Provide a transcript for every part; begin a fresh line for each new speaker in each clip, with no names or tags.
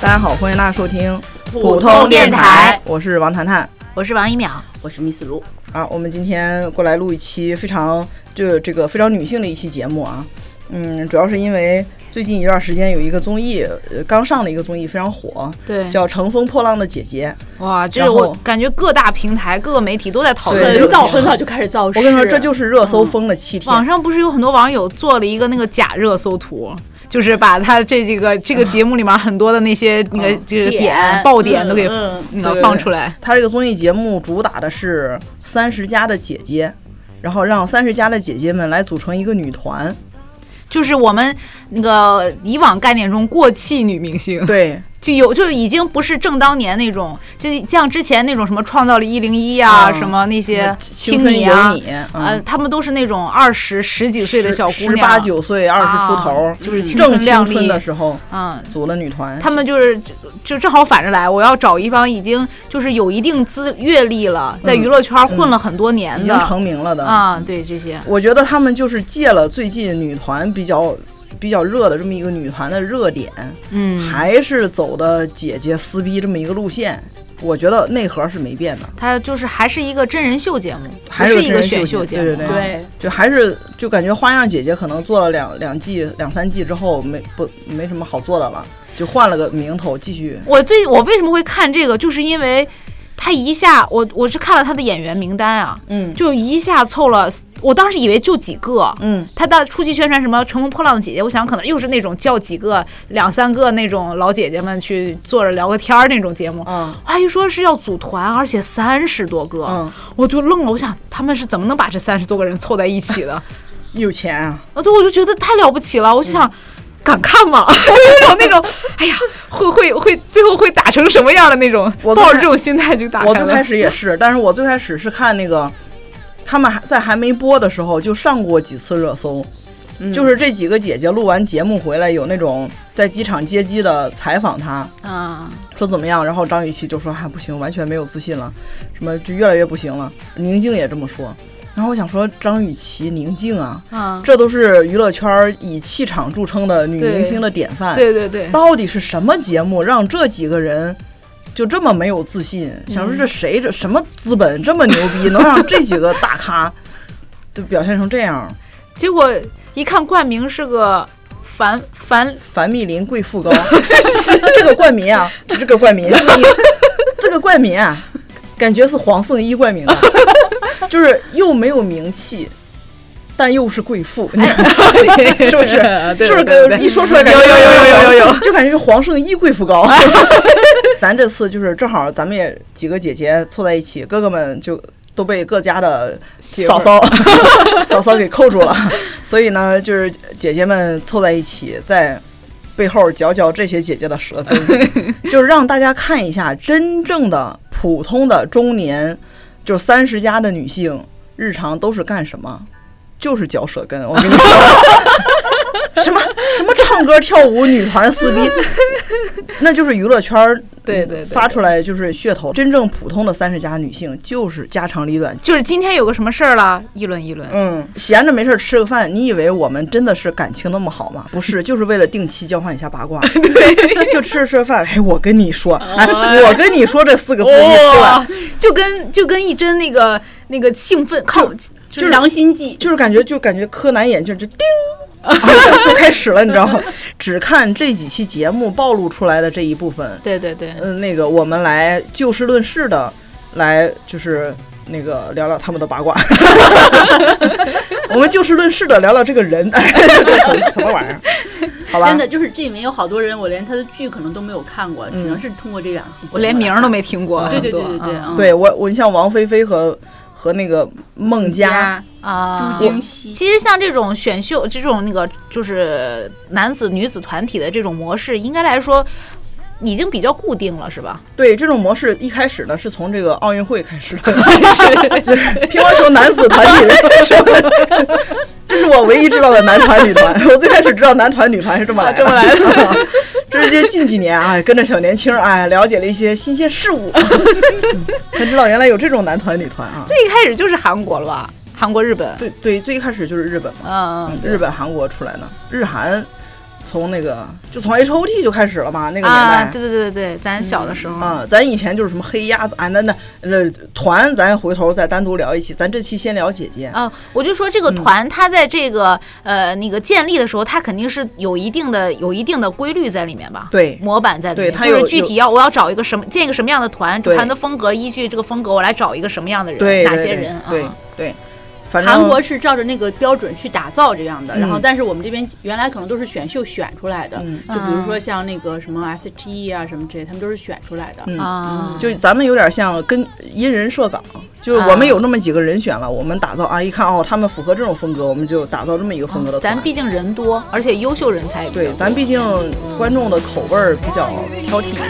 大家好，欢迎大家收听
普通电台，
我是王谈谈
我是王一淼，
我是 Miss 卢，
啊。我们今天过来录一期非常就这个非常女性的一期节目啊。嗯，主要是因为最近一段时间有一个综艺，呃，刚上的一个综艺非常火，
对
叫《乘风破浪的姐姐》。
哇，这
然后
我感觉各大平台、各个媒体都在讨
对
论
就
很
这
早
个。
很早就开始造势。
我跟你说，这就是热搜风的七天。
网上不是有很多网友做了一个那个假热搜图，就是把他这几个这个节目里面很多的那些那
嗯
个就是点
点
爆点都给
嗯嗯
对
那个
对
放
对
出来。
他这个综艺节目主打的是三十加的姐姐，然后让三十加的姐姐们来组成一个女团。
就是我们那个以往概念中过气女明星，
对，
就有就是已经不是正当年那种，就像之前那种什么创造了一零一啊，
嗯
什么那些
青
青
春
你
有
啊，
你，
呃，
嗯，
他们都是那种二十十几岁的小姑
十
娘，
八九岁、二十出头
啊，就是青
正
春
青
靓
春
丽
的时候
嗯，
组了女团。
他们就是就就正好反着来，我要找一帮已经就是有一定资阅历了，在娱乐圈混了很多年
已经
的
成名了的，
啊、对这些，
我觉得他们就是借了最近女团比较。比较热的这么一个女团的热点，
嗯，
还是走的姐姐撕逼这么一个路线，我觉得内核是没变的，
他就是还是一个真人秀节目，
还
不是
是
一
真
个
人
选
秀
秀
节
节目，
目对对
对，
就还是就感觉花样姐姐可能做了两两季两三季之后没不没什么好做的了，就换了个名头继续。
我最我为什么会看这个，就是因为他一下我我是看了他的演员名单啊，
嗯
就一下凑了，我当时以为就几个。
嗯，
他到初期宣传什么“乘风破浪的姐姐”，我想可能又是那种叫几个两三个那种老姐姐们去坐着聊个天儿那种节目。
啊
阿姨说是要组团，而且三十多个，
嗯
我就愣了，我想他们是怎么能把这三十多个人凑在一起的？
有钱啊！
啊，对，我就觉得太了不起了，我想。敢看吗？ 就那种那种，哎呀，会会会，最后会打成什么样的那种，
我最
抱着
开
这种心态去打
我最开
始
始也是，但是我最开始是看那个他们还在还没播的时候就上过几次热搜，
嗯
就是这几个姐姐录完节目回来有那种在机场接机的采访她，
嗯，
说怎么样？然后张雨绮就说还、啊不行，完全没有自信了，什么就越来越不行了。宁静也这么说。然后我想说，张雨绮、宁静啊，
嗯
这都是娱乐圈儿以气场著称的女
对
明星的典范。
对对对，
到底是什么节目让这几个人就这么没有自信？想说这谁这什么资本这么牛逼，能让这几个大咖 就表现成这样？
结果一看冠名是个樊樊
樊密林贵妇 高，这个冠名啊，这个冠名，这个冠名啊，感觉是黄圣依冠名 的，就是又没有名气。但又是贵妇，你看 是不是？
哎对
是不是
对
跟
对
一说出来感觉
有有有有有有有，啊
就感觉是黄圣依贵妇高。 咱这次就是正好，咱们也几个姐姐凑在一起，哥哥们就都被各家的嫂嫂 嫂嫂给扣住了，所以呢，就是姐姐们凑在一起，在背后嚼嚼这些姐姐的舌根， 就是让大家看一下真正的普通的中年，就三十加的女性，日常都是干什么？就是嚼舌根。我跟你说， 什么什么唱歌跳舞女团撕逼，那就是娱乐圈儿
对对对
发出来就是噱头。真正普通的三十加女性就是家长里短。
就是今天有个什么事儿了，议论议论。
嗯，闲着没事儿吃个饭，你以为我们真的是感情那么好吗？不是，就是为了定期交换一下八卦。对， 就吃着吃着饭，哎，我跟你说，哎，我跟你说这四个字，你说完
哇，就跟就跟一针那个那个兴奋靠，
就是良心计，
就是感觉就感觉柯南眼镜就叮。啊就开始了，你知道吗？只看这几期节目暴露出来的这一部分，
对对对，
嗯，那个我们来就事论事的来，就是那个聊聊他们的八卦。 我们就事论事的聊聊这个人，哎，这 什么玩意儿？好吧，
真的就是这里面有好多人，我连他的剧可能都没有看过，只
嗯
能是通过这两期节目
我
来看。
连名儿都没听过。
对对对
很
对
多
对，
啊
嗯
对我，我你像王菲菲和和那个孟佳，
啊，
朱京熙
其实像这种选秀，这种那个就是男子女子团体的这种模式，应该来说已经比较固定了，是吧？
对这种模式一开始呢是从这个奥运会开始 的，就是乒乓球男子团体的时候，这是我唯一知道的男团女团。我最开始知道男团女团是这么啊来的，这么来的。这是近几年啊，跟着小年轻哎，了解了一些新鲜事物，才知道原来有这种男团女团啊。
最一开始就是韩国了吧？韩国、日本，
对对，最一开始就是日本嘛，
嗯，
日本、韩国出来的，日韩从那个就从 H O T 就开始了嘛，那个年代。
啊，对对对对对，咱小的时候，
啊，咱以前就是什么黑鸭子，俺那那呃团，咱回头再单独聊一期。咱这期先聊姐姐，
啊，我就说这个团，它在这个、呃那个建立的时候，它肯定是有一定的有一定的规律在里面吧？
对
模板在里面，
对它
就
有
是具体要我要找一个什么建一个什么样的团，
对
团的风格，依据这个风格我来找一个什么样的人，
对
哪
对
些
对
人
对
啊？
对，反正
韩国是照着那个标准去打造这样的，然后
嗯
但是我们这边原来可能都是选秀选出来的，
嗯
就比如
啊
说像那个什么 STE 啊什么这些，他们都是选出来的。
嗯
啊，
就咱们有点像跟因人设岗，就是我们有那么几个人选了，我们打造啊，一看哦，他们符合这种风格，我们就打造这么一个风格的团。
哦咱毕竟人多，而且优秀人才也比较
对，
多
咱毕竟观众的口味儿比较挑剔一些。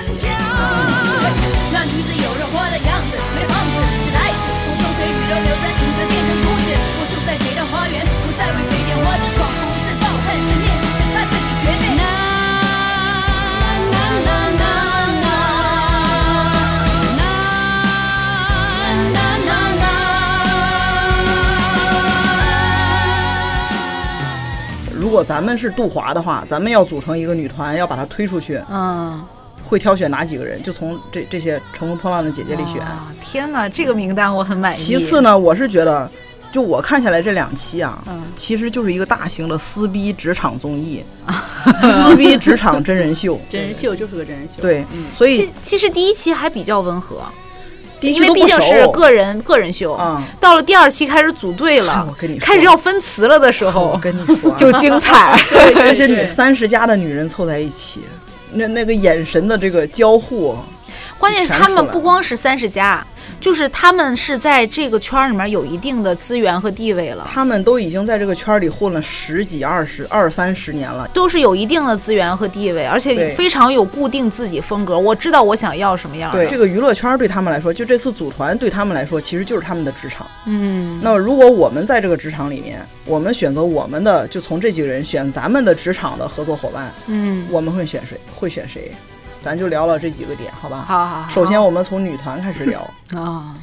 那女子有人活的样子，没人放肆，是来自不受谁娱乐，留在影子变成故事。不住在谁的花园，不再为谁捡花枝爽，不是抱恨，是念，只是他自己决定。啦啦啦啦啦啦啦啦啦。
如果咱们是杜华的话，咱们要组成一个女团，要把它推出去，
嗯，
会挑选哪几个人？就从这这些乘风破浪的姐姐里选。
啊天哪，这个名单我很满意。
其次呢，我是觉得，就我看下来这两期啊，
嗯
其实就是一个大型的撕逼职场综艺，
啊
撕逼职场真人秀。
真人秀就是个真人秀，
对
嗯，
所以
其其实第一期还比较温和，
第一
因
期
为
都
毕
不
竟是
熟。
个人个人秀。
嗯哎
到了第二期开始组队了，
我跟你说
开始要分词了的时候，
我跟你说啊，
哦 就 精彩。
这些女三十加的女人凑在一起，那那个眼神的这个交互，
关键是
全
他
出
们
来
不
了
光是三十加，就是他们是在这个圈儿里面有一定的资源和地位了。
她们都已经在这个圈儿里混了十几、二十、二三十年了。
都是有一定的资源和地位，而且
对
非常有固定自己风格。我知道我想要什么样
对
的。
这个娱乐圈儿对他们来说，就这次组团对他们来说，其实就是他们的职场。
嗯，
那如果我们在这个职场里面，我们选择我们的，就从这几个人选咱们的职场的合作伙伴，
嗯，
我们会选谁？会选谁？咱就聊聊这几个点，好吧？
好好好。
首先，我们从女团开始聊。
啊，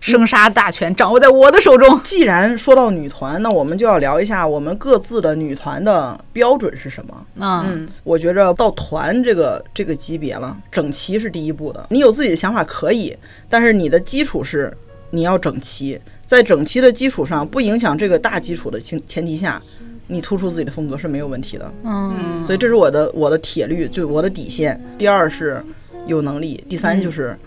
生杀大权掌握在我的手中。
既然说到女团，那我们就要聊一下我们各自的女团的标准是什么。
嗯，
我觉着到团这个这个级别了，整齐是第一步的。你有自己的想法可以，但是你的基础是你要整齐，在整齐的基础上，不影响这个大基础的前前提下，你突出自己的风格是没有问题的。
嗯，
所以这是我的我的铁律，就我的底线。第二是有能力，第三就是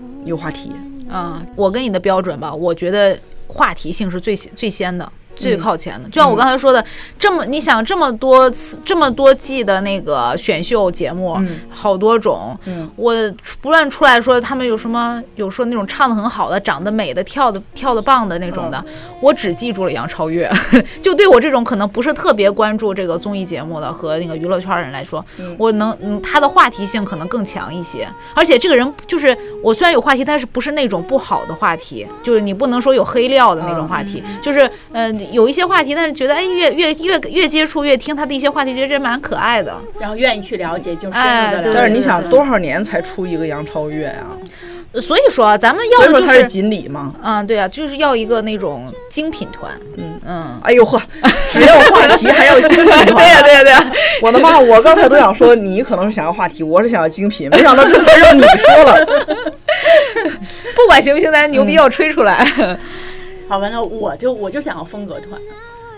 嗯
有话题。
啊，我跟你的标准吧，我觉得话题性是最先最先的。最靠前的，就像我刚才说的，这么你想这么多次、这么多季的那个选秀节目，好多种，
嗯
我不论出来说他们有什么，有说那种唱的很好的、长得美的、跳的跳的棒的那种的，我只记住了杨超越。 就对我这种可能不是特别关注这个综艺节目的和那个娱乐圈人来说，我能，嗯，他的话题性可能更强一些。而且这个人就是我虽然有话题，但是不是那种不好的话题，就是你不能说有黑料的那种话题，就是呃有一些话题，但是觉得哎越越越越接触越听他的一些话题，觉得这蛮可爱的。
然后愿意去了解，就深
哎
入的了解。
对
但是你
对
想
对
多少年才出一个杨超越呀、
所以说啊咱们
所
要
以
的
说
就
他
是
是锦鲤嘛。
嗯，对啊，就是要一个那种精品团。嗯嗯，
哎呦呵，只要话题还要精品
对呀、
团。
对呀、对呀、
我的妈！我刚才都想说你可能是想要话题，我是想要精品，没想到这词儿让你说了。
不管行不行，咱牛逼要吹出来。
好，完了，我就我就想要风格团，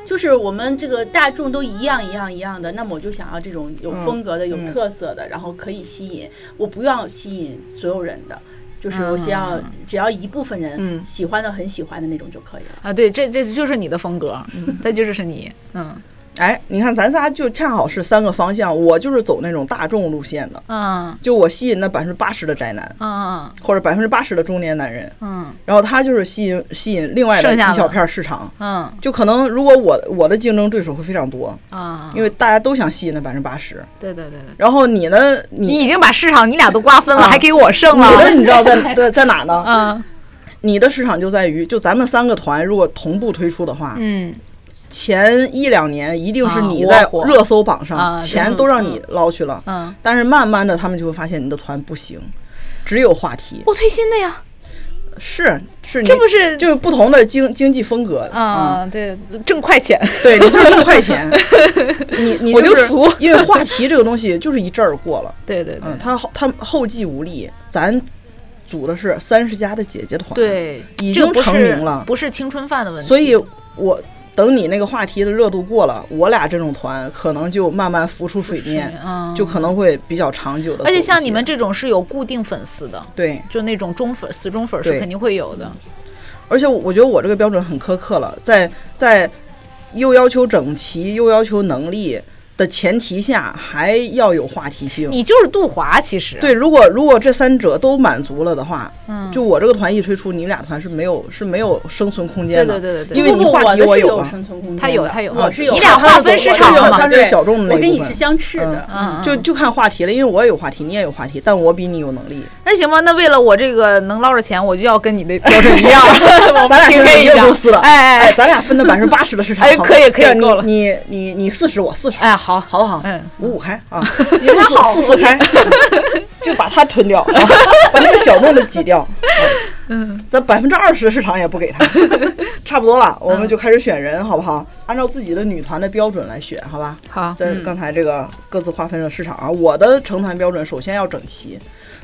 就是我们这个大众都一样一样一样的，那么我就想要这种有
嗯
风格的、有特色的，然后可以吸引，我不要吸引所有人的。就是我先
嗯
要、只要一部分人喜欢的很喜欢的那种就可以了。
啊，对，这这就是你的风格，嗯，它就是你，嗯
哎，你看咱仨就恰好是三个方向，我就是走那种大众路线的，
嗯
就我吸引那百分之八十的宅男，
嗯
或者百分之八十的中年男人，
嗯
然后他就是吸引吸引另外的
剩下的
一小片市场。
嗯
就可能如果我我的竞争对手会非常多，
嗯，
因为大家都想吸引那百分之八十，
对对对对，
然后你呢，你
你已经把市场你俩都瓜分了，
啊
还给我剩
你的
了，
你知道 在在在哪呢？
嗯
你的市场就在于，就咱们三个团如果同步推出的话，
嗯
前一两年一定是
啊
你
我
在
火
热搜榜
啊
上，
对
钱都让你捞去了。
嗯，
但是慢慢的，他们就会发现你的团不行，只有话题。
我推新的呀，
是是你，
这不是
就是嗯不同的经经济风格
啊、对，挣快钱，
对你就是挣快 钱，你你
我就是俗
因为话题这个东西就是一阵儿过了，
对对对、
嗯，他后他后继无力，咱组的是三十加的姐姐团，，
对，
已
这
经
个不
成
是
名了
不是青春饭的问题，
所以我等你那个话题的热度过了，我俩这种团可能就慢慢浮出水面，
嗯，
就可能会比较长久的。
而且像你们这种是有固定粉丝的，
对，
就那种忠粉、死忠粉是
对
肯定会有的。
而且我觉得我这个标准很苛刻了，在在又要求整齐又要求能力的前提下，还要有话题性。
你就是杜华，其实，
对，如果如果这三者都满足了的话，
嗯，
就我这个团一推出，你们俩团是没有是没有生存空
对
间
对
的。
对对对，
因为
不
你
不
话
我
题
的
我
是
有
有
啊
生存空间的，
他有他有
我是有，
你俩划分市场了嘛
他是
对
小众的那
我跟
一
你
部分
是相斥的。
嗯，嗯
就就看话题了，因为我也有话题，你也有话题，但我比你有能力。
那行吧，那为了我这个能捞着钱，我就要跟 你的标准一样了， 我
咱俩
平
现在
分
是
一
一个
下
公司的，
哎
哎，
哎哎
咱俩分的百分之八十的市场，
哎
好吧
可以
这
可以
样你
够了
你你你四十，我四十，
哎，好，
好不好？
嗯，
五五开 啊，四四四四开，就把它吞掉，啊 把那个小梦的挤 掉。嗯，咱百分之二十的市场也不给他， 差不多了，我
嗯
们就开始选人，好不好？按照自己的女团的标准来选，好吧？
好，
在刚才这个各自划分了市场啊，我的成团标准首先要整齐，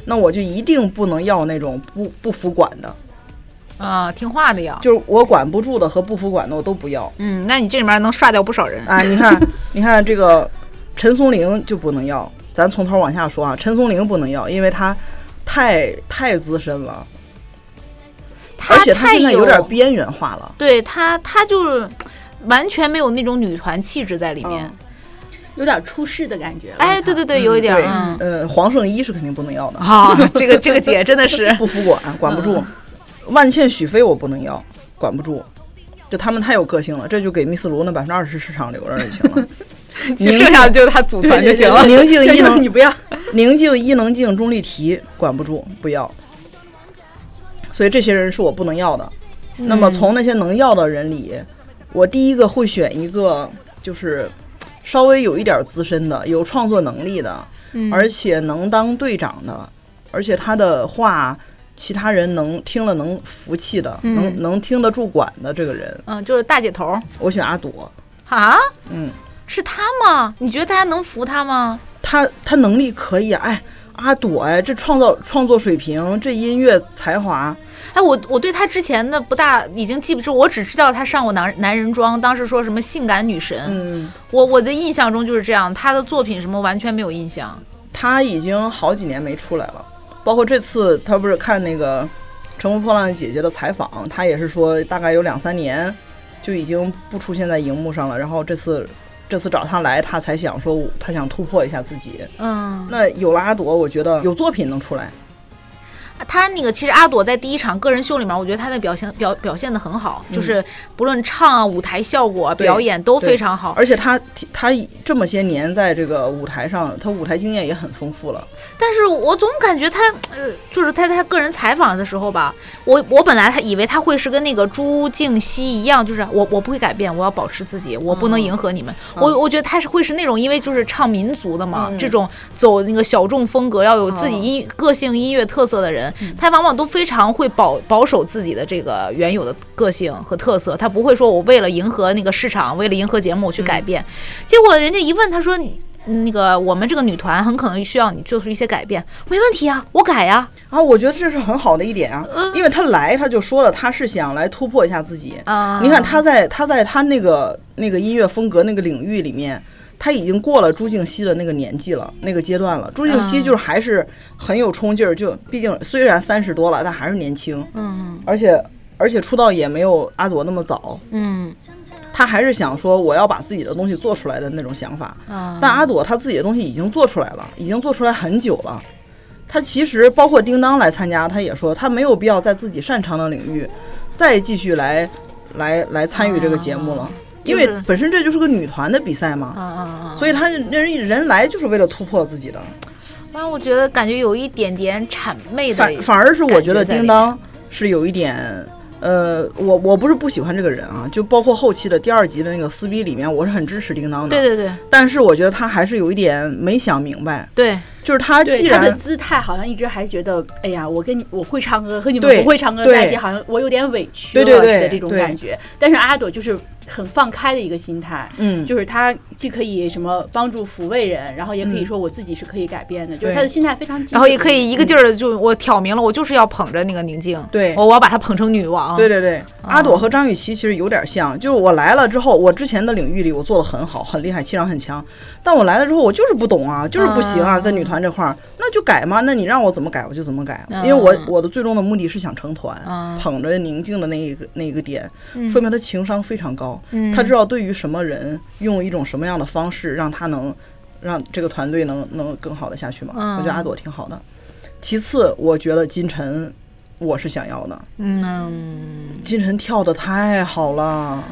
那我就一定不能要那种不不服管的，
啊，听话的呀。
就是我管不住的和不服管的我都不要。
嗯，那你这里面能刷掉不少人。
啊，你 看，你看这个陈松伶就不能要，咱从头往下说啊，陈松伶不能要，因为她太太资深了，
他
而且她
太
现在有点边缘化了。
对他，他就是完全没有那种女团气质在里
嗯
面。
有点出世的感觉了。
哎，对对对，有一点儿，
对，
嗯，
呃，黄圣依是肯定不能要的，，
啊，这个这个姐真的是
不服管，管不
嗯
住。万茜、许飞我不能要，管不住。就他们太有个性了，这就给密斯卢那百分之二十市场留着就行了。
就剩下的就是她组团就行了。
宁静一 能
你不要，
宁静、伊能静、钟丽缇管不住，不要。所以这些人是我不能要的。那么从那些能要的人里，我第一个会选一个就是稍微有一点资深的、有创作能力的，而且能当队长的，而且他的话其他人能听了能服气的，能能听得住管的这个人，
嗯，就是大姐头儿
我选阿朵。
啊，
嗯，
是她吗？你觉得大家能服她吗？
他他能力可以啊，哎，阿朵哎，这创造创作水平，这音乐才华，
哎，我我对她之前的不大已经记不住，我只知道她上过男男人装，当时说什么性感女神，
嗯。
我我的印象中就是这样，她的作品什么完全没有印象。
他已经好几年没出来了，包括这次他不是看那个《乘风破浪的姐姐》的采访，他也是说大概有两三年就已经不出现在荧幕上了。然后这次这次找他来，他才想说我他想突破一下自己。
嗯，
那有了阿朵，我觉得有作品能出来，
啊她那个其实阿朵在第一场个人秀里面，我觉得她的表现表表现的很好，就是不论唱啊、舞台效果啊、
对
表演都
对
非常好。
而且他他这么些年在这个舞台上，他舞台经验也很丰富了。
但是我总感觉他，呃，就是他他个人采访的时候吧，我我本来他以为他会是跟那个朱静熙一样，就是我我不会改变，我要保持自己，我不能迎合你们。我我觉得他是会是那种，因为就是唱民族的嘛，这种走那个小众风格，要有自己音、个性音乐特色的人，他往往都非常会保保守自己的这个原有的个性和特色，他不会说我为了迎合那个市场，为了迎合节目我去改变。结果人家一问，他说你。那个，我们这个女团很可能需要你做出一些改变，没问题啊，我改呀、
啊，我觉得这是很好的一点啊，因为他来他就说了，他是想来突破一下自己。
啊
你看他在他在他那个那个音乐风格那个领域里面，他已经过了朱静熙的那个年纪了，那个阶段了。朱静熙就是还是很有冲劲儿，就毕竟虽然三十多了，但还是年轻。嗯，而且而且出道也没有阿朵那么早。
嗯，
他还是想说我要把自己的东西做出来的那种想法。
啊
但阿朵她自己的东西已经做出来了，已经做出来很久了。她其实包括叮当来参加，她也说她没有必要在自己擅长的领域再继续来来来参与这个节目了，因为
啊就是
本身这就是个女团的比赛嘛，
啊
所以她人人来就是为了突破自己的。
反正我觉得感觉有一点点谄媚的
反，反而是我觉得
感觉在里
叮当是有一点，呃，我我不是不喜欢这个人啊，就包括后期的第二集的那个撕逼里面，我是很支持叮当的。
对对对
但是我觉得他还是有一点没想明白，
对，
就是他
对
既
他的
然
姿态好像一直还觉得，哎呀，我跟你我会唱歌和你
对
们不会唱歌在一起，
对
好像我有点委屈
对
了
对
似
对
的这种
对
感觉。但是阿朵就是很放开的一个心态，
嗯
就是他既可以什么帮助抚慰人，然后也可以说我自己是可以改变的，就是
嗯对
他的心态非常积极，
然后也可以一个劲儿的就我挑明了，我就是要捧着那个宁静，
对
我我要把她捧成女王，
对对对，
哦
阿朵和张雨绮其实有点像，就是我来了之后，我之前的领域里我做的很好，很厉害，气场很强，但我来了之后我就是不懂啊，就是不行
哦
啊，
啊
在女团这块儿，那就改嘛，那你让我怎么改我就怎么改，
啊
嗯
因为我我的最终的目的是想成团，
啊
捧着宁静的那一个那一个点，说明他情商非常高，
嗯
他知道对于什么人用一种什么样的方式让他能让这个团队能能更好的下去嘛，
嗯
我觉得阿朵挺好的。其次，我觉得金晨我是想要的，
嗯，
金晨跳的太好了，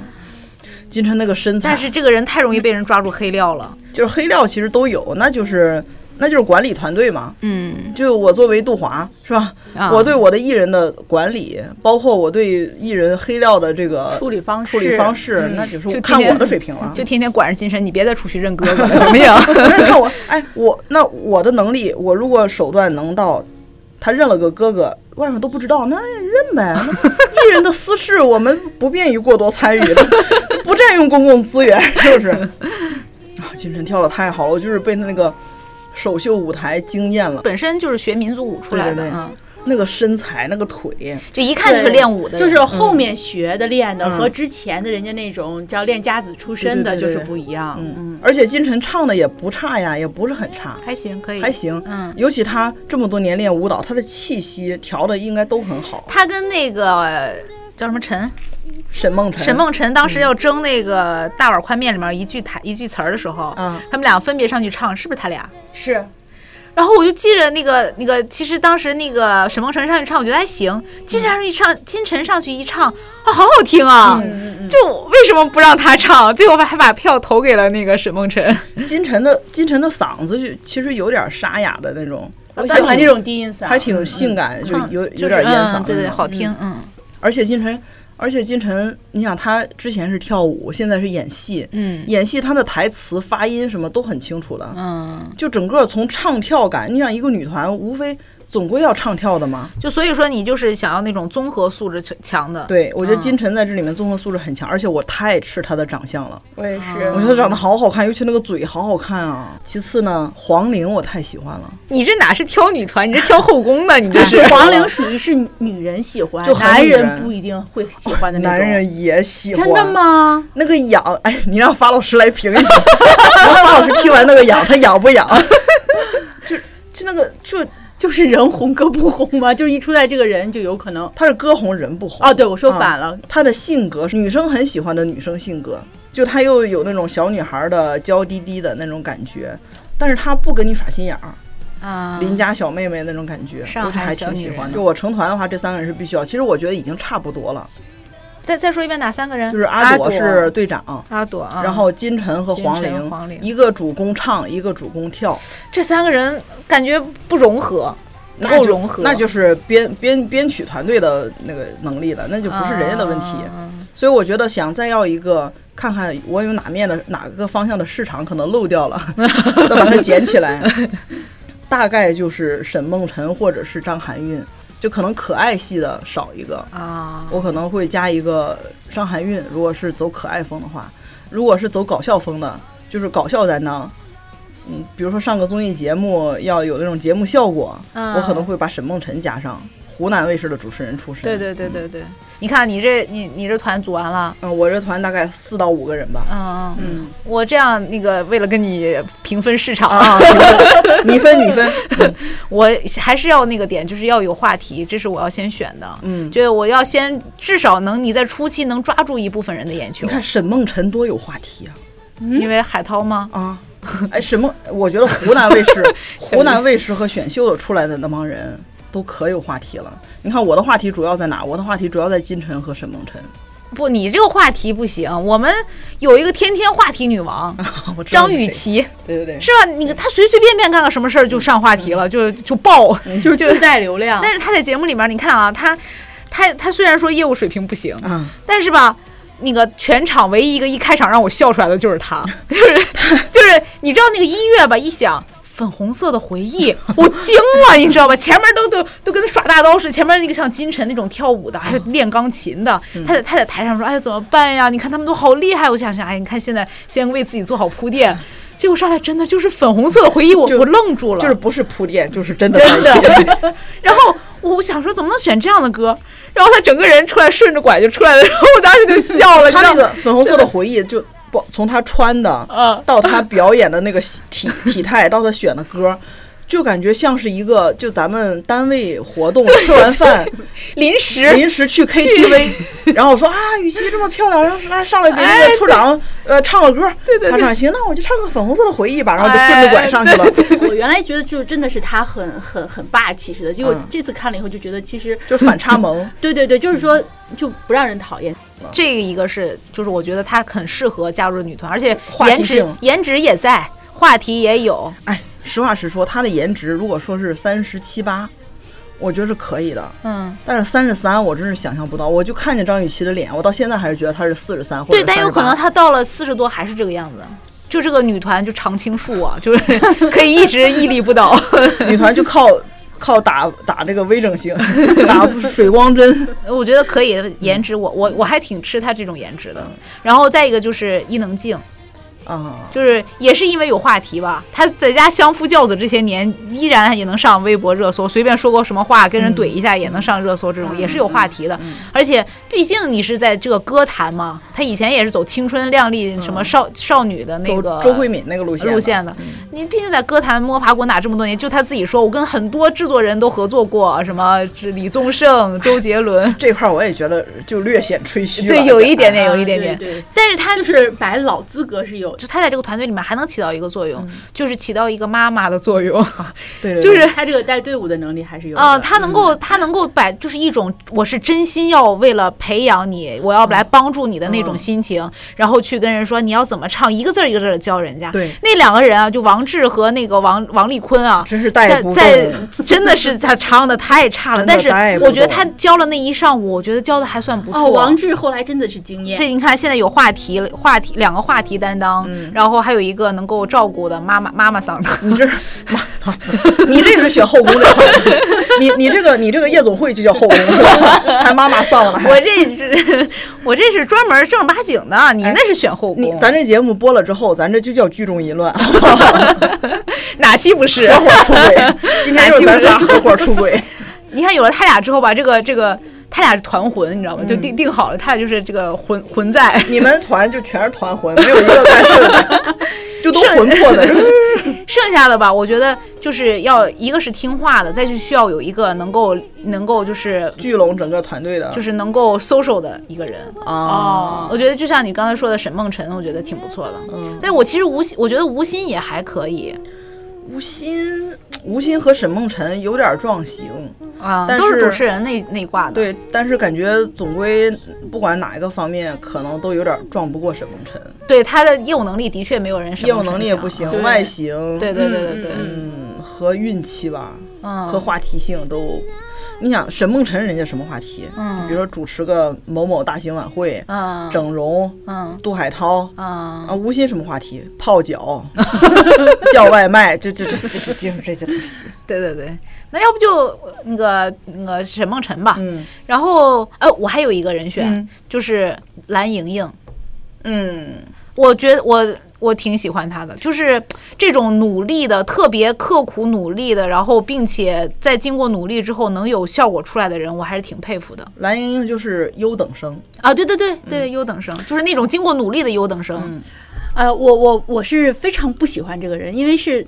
金晨那个身材，
但是这个人太容易被人抓住黑料了，
就是黑料其实都有，那就是那就是管理团队嘛。
嗯，
就我作为杜华是吧？
啊
我对我的艺人的管理，包括我对艺人黑料的这个
处理方式，
处理方式，那就是
嗯就
我
天
看我
天
的水平了。
就天天管着金晨，你别再出去认哥哥了，怎么样？
那你看我，哎，我那我的能力，我如果手段能到，他认了个哥哥，外面都不知道，那认呗。 那艺人的私事，我们不便于过多参与， 不占用公共资源，是 不是？啊，金晨跳的太好了，我就是被那个首秀舞台惊艳了，
本身就是学民族舞出来的
对对对
啊，
那个身材，那个腿，
就一看就是练武的人，
就是后面学的练的
嗯
和之前的人家那种只要练家子出身的
对对
就
对
是不一样。
嗯，而且金晨唱的也不差呀，也不是很差。
还行，可以，
还行，
嗯
尤其他这么多年练舞蹈，他的气息调的应该都很好。
他跟那个叫什么陈
沈梦辰，
沈梦辰当时要争那个大碗宽面里面一句台一句词儿的时候，
啊
他们俩分别上去唱，是不是他俩？
是，
然后我就记着那个那个，其实当时那个沈梦辰上去唱，我觉得还行。金晨上去一唱，金晨上去一唱，啊，好好听
嗯
啊！就为什么不让他唱？最后还把票投给了那个沈梦辰。
金晨的金晨的嗓子就其实有点沙哑的那种，
我
啊但
喜欢
挺
这种低音嗓，
还挺性感，就有 有
就是
点烟嗓、
嗯，对对，好。听，嗯
而且金晨，而且金晨，你想她之前是跳舞，现在是演戏，
嗯
演戏她的台词、发音什么都很清楚的，
嗯，
就整个从唱跳感，你想一个女团无非总归要唱跳的嘛。
就所以说你就是想要那种综合素质强强的，
对，我觉得
嗯
金晨在这里面综合素质很强，而且我太吃她的长相了，
我也是
我觉得她长得好好看，尤其那个嘴好好看啊。其次呢，黄龄我太喜欢了。
你这哪是挑女团，你这挑后宫呢？你这是
黄龄属于是女人喜欢，
就很
男
女
人
人
不一定会喜欢的那种。
男人也喜欢，
真的？吗？
那个痒，哎，你让法老师来评一评， 法老师听完那个痒，他痒不痒？ 就就那个，就
就是人红歌不红嘛，就是一出来这个人就有可能。
他是歌红人不红。
哦，对，我说
嗯
反了，
他的性格，女生很喜欢的女生性格，就他又有那种小女孩的娇滴滴的那种感觉，但是他不跟你耍心眼儿，
嗯
邻家小妹妹那种感觉，
上
我是
海
还
小
挺
女
喜欢
人
的。就我成团的话，这三个人是必须要。其实我觉得已经差不多了，
再再说一遍哪三个人？
就是阿
阿
朵
朵
是队长，
阿朵啊，
然后金晨和
金
黄
晨
龄，
黄龄
一个主攻唱，一个主攻跳，
这三个人感觉不融合，不
那
够
就
融合，
那就是编编编曲团队的那个能力了，那就不是人家的问题。
嗯
所以我觉得想再要一个，看看我有哪面的哪个方向的市场可能漏掉 了，再把它捡起来。大概就是沈梦辰或者是张含韵，就可能可爱系的少一个。
啊，
我可能会加一个张含韵，如果是走可爱风的话，如果是走搞笑风的，就是搞笑担当。嗯，比如说上个综艺节目要有那种节目效果，
嗯
我可能会把沈梦辰加上，湖南卫视的主持人出身。
对对对对对，你看你这你你这团组完了。
嗯，我这团大概四到五个人吧。
嗯，嗯，我这样那个为了跟你平分市 场，
啊，你分你分，
我还是要那个点，就是要有话题，这是我要先选的。
嗯
就是我要先至少能你在初期能抓住一部分人的眼球
你，看沈梦辰多有话题啊
因为海涛吗？
啊！哎，沈梦，我觉得湖南卫 视、湖南卫视和选秀的出来的那帮人都可有话题了。你看我的话题主要在哪？我的话题主要在金晨和沈梦辰。
不，你这个话题不行，我们有一个天天话题女王
我知道
张
啊是
雨
谁，
绮。
对对对，
是吧？你她随随便便干个什么事儿就上话题了，就就爆。
嗯就是自带流量。
但是她在节目里面，你看啊，她她她虽然说业务水平不行，
啊，
但是吧，那个全场唯 一一个一开场让我笑出来的就是她，就是就是你知道那个音乐吧，一响。粉红色的回忆，我惊了，你知道吧？前面都都都跟耍大刀似的，前面那个像金晨那种跳舞的，还有练钢琴的，
嗯
他在他在台上说：“哎呀，怎么办呀？你看他们都好厉害。”我想想，哎，你看现在先为自己做好 铺垫，结果上来真的就是粉红色的回忆，我
就
我愣住了，
就是不是铺垫，就是真的
真的。然后我想说，怎么能选这样的歌？然后他整个人出来顺着拐就出来了，然后我当时就笑了，你
他
知
那
道
个
吗？
粉红色的回忆就。不，从他穿的
嗯，
到他表演的那个体体体态，到他选的歌，就感觉像是一个就咱们单位活动吃完饭
临时
临时去 KTV，然后说啊，雨琦这么漂亮，然后来上来给那
哎
个处长、呃唱个歌，
对哎对
他
对
说行，那我就唱个粉红色的回忆吧，然后就顺着拐上去了。
我原来觉得就真的是他很很很霸气似的，结果
嗯
这次看了以后就觉得其实
就反差萌，
对对对，就是说就不让人讨厌。
这个一个是，就是我觉得他很适合加入女团，而且
话题
颜值
性
颜值也在，话题也有。
哎，实话实说，他的颜值如果说是三十七八，我觉得是可以的。
嗯，
但是三十三，我真是想象不到。我就看见张雨绮的脸，我到现在还是觉得她是四十三或者
对，但有可能
38
他到了四十多还是这个样子。就这个女团就常青树啊，就是 可以一直屹立 不倒。
女团就靠靠打打这个微整 形，打水光针。
我觉得可以，颜值我我我还挺吃她这种颜值的。然后再一个就是伊能静，
啊，
就是也是因为有话题吧，她在家相夫教子这些年，依然也能上微博热搜，随便说过什么话跟人怼一下也能上热搜，这
嗯
种、也是有话题的。而且毕竟你是在这个歌坛嘛，她以前也是走青春靓丽什么少、少女的那
嗯走
个
周慧敏那个路线嗯
路
吧，
线的。你毕竟在歌坛摸爬滚打这么多年，就她自己说，我跟很多制作人都合作过，什么李宗盛、周杰伦
这块儿我也觉得就略显吹嘘了。
对，有一点点，有一
嗯
点
啊
点。
对对
但是她
就是摆老资格是有，
就她在这个团队里面还能起到一个作用，
嗯
就是起到一个妈妈的 作用，
对对对
就是
他这个带队伍的能力还是有的。
啊，他能够，
嗯
他能够把就是一种我是真心要为了培养你，我要
嗯
来帮助你的那种心情，然后去跟人说你要怎么唱，一个字儿一个字儿的教人家。
对
那两个人啊，就王志和那个王王丽坤啊，
真是带
在
不
在
动
真的是他唱的太差 了，
真的
但是
带不
我觉得
动
他教了那一上午，我觉得教的还算不错。
哦，王志后来真的是惊艳。
这你看，现在有话题了，话题两个话题担当，
嗯
然后还有一个能够照顾的妈妈妈妈桑。
你这是妈，你这是选后宫这块儿的，你你这个你这个夜总会就叫后宫，还妈妈丧呢， 还。
我这是 我这是专门正儿八经的，你那是选后宫，
哎你咱这节目播了之后，咱这就叫聚众淫乱，合
哪期不是？
伙出轨。今天就是咱仨合伙出轨，
你看有了他俩之后吧，这个这个他俩是团魂，你知道吗？就
嗯
定定好了，他俩就是这个魂魂在
你们团就全是团魂，没有一个干事的，就都魂魄 的。
剩下的吧，我觉得就是要一个是听话的，再就需要有一个能够能够就是
聚拢整个团队的
就是哦能够 social 的一个人。
啊，
哦
我觉得就像你刚才说的沈梦辰，我觉得挺不错的。嗯，但是我其实吴昕，我觉得吴昕也还可以
吴昕，吴昕和沈梦辰有点撞型，
啊，
但
都是
是
主持人那那一挂的。
对，但是感觉总归不管哪一个方面，可能都有点撞不过沈梦辰，
对他的业务能力的确没有人沈
业务
梦辰
能力也
强啊
不行，
对
外形
对对对对对，
嗯和运气吧，
嗯
和话题性都。你想沈梦辰人家什么话题？
嗯
比如说主持个某某大型晚会，
嗯
整容，
嗯
杜海涛
嗯，
啊，吴昕什么话题？泡 脚，叫外卖，这这这这这这这些东 西。
对对对，那要不就那个那个沈梦辰吧，
嗯
然后呃，我还有一个人选、
嗯
就是蓝盈莹，
嗯，
我觉得我我挺喜欢她的，就是这种努力的、特别刻苦努力的，然后并且在经过努力之后能有效果出来的人，我还是挺佩服的
蓝盈莹就是优等生，
啊！对对对对，优等生就是那种经过努力的优等生，
呃，我我我是非常不喜欢这个人，因为是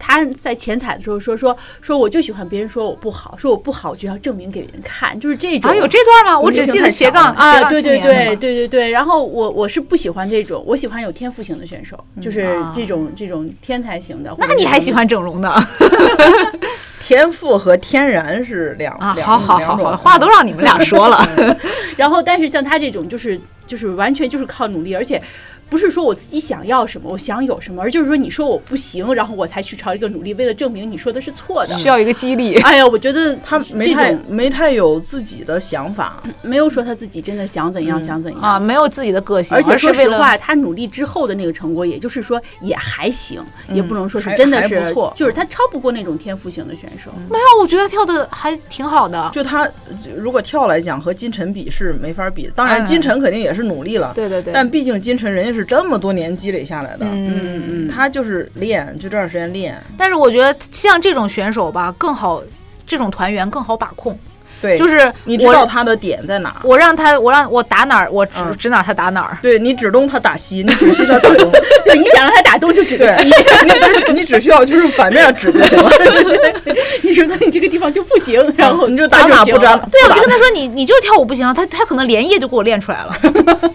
他在前彩的时候说说说我就喜欢别人说我不好，说我不好就要证明给人看，就是这种。
啊，有这段吗？我
目
只
的性
记得
太
斜
强
杠
了
斜
啊，
杠
对
青
对
年
对
那
对
个
对对，然后我我是不喜欢这种，我喜欢有天赋型的选手，就是
啊
这种、这种天才型的。
那你还喜？欢整容的？
天赋和天然是两
啊，
两
好好好
两
好，
种
话都让你们俩说了。
然后，但是像他这种，就是就是完全就是靠努力，而且不是说我自己想要什么，我想有什么，而就是说你说我不行，然后我才去朝这个努力，为了证明你说的是错的。
需要一个激励。
哎呀，我觉得
他没
这
太
种
没太有自己的想法，
没有说他自己真的想怎样、想怎样
啊，。没有自己的个性，
而且
是
说
为
实
了
话，他努力之后的那个成果，也就是说也还行，也不能说是
还
真的
还
是
不错
就是他超不过那种天赋型的选手。
没有，我觉得跳的还挺好的。
就他就如果跳来讲和金晨比是没法比的，当然
嗯
金晨肯定也是努力了，
对对对，
但毕竟金晨人家是这么多年积累下来的，
嗯，
嗯嗯，
他就是练，就这段时间练，
但是我觉得像这种选手吧，更好，这种团员更好把控，
对，
就是
你知
我
道他的点在哪。
我让他，我让我打哪儿，我指、
嗯
指哪儿他打哪儿。
对你指东他打西，你只需要指东，
对，你想让他打动就指个
对
西，
你只你只需要就是反面指就行了，
你说那你这个地方就不行，然后
你就
他
打哪
行
不
了
沾。
对，啊
不
我就
打
跟他说你你就是跳舞不行啊，他他可能连夜就给我练出来 了。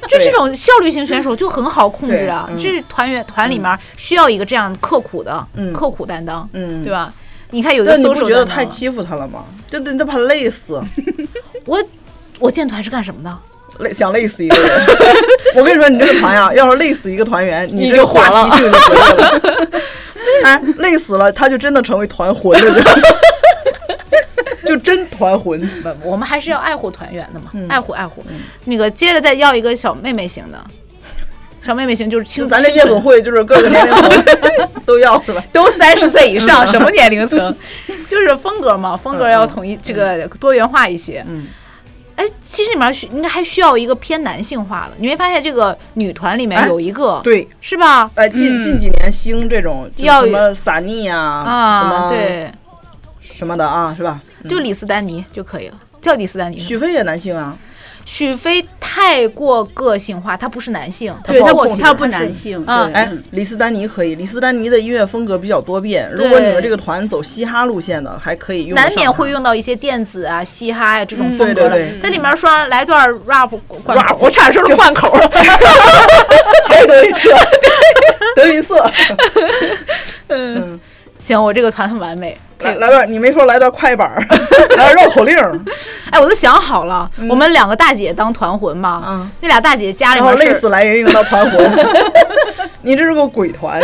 就这种效率型选手就很好控制啊，
对嗯
这是团员团里面需要一个这样刻苦的、
嗯
刻苦担当，
嗯
对吧？你看有一个
但你
social
不觉得
担当
太欺负他了吗？就对，他怕累死，
我我建团是干什么的？
累想累死一个人。 我跟你说，你这个团呀，要是累死一个团员，你这个话
你就火
题性就回来了。哎，累死了，他就真的成为团魂了， 就就真团魂。
不，我们还是要爱护团员的嘛，爱护爱护。那个接着再要一个小妹妹型的， 小妹妹型就是
就
青，
咱这夜总会，就是各个年龄层都要是吧？
都三十岁以上，什么年龄层？就是风格嘛，风格要统一，这个多元化一些。
嗯，
哎，其实里面需应该还需要一个偏男性化的。你会发现这个女团里面
哎
有一个，
对，
是吧？
哎，近近几年兴这种，就是
嗯要
什么撒尼呀，什
啊，嗯
么
对，
什么的啊，是吧？
就李斯丹妮就可以了，叫李斯丹妮。
许飞也男性啊，
许飞太过个性化，他不是男性，
对
不
他
是
不
个性
他
不
是
男性
嗯
对
哎
嗯，
李斯丹妮可以，李斯丹妮的音乐风格比较多变。如果你们这个团走嘻哈路线的，还可以用得上
难免
它
会用到一些电子啊、嘻哈呀、这种
对
风
对
格的。
对嗯哦
在里面说来段 rap 灌口，我差点说是灌口了。
还哎有德云社，德云社
行，我这个团很完美。
来来段，你没说来段快 板儿，来段绕口令儿，
哎，我都想好了，我们两个大姐当团魂嘛，
嗯
那俩大姐家里
然后
面
累
是，
死来人用到团 魂。你这是个鬼团，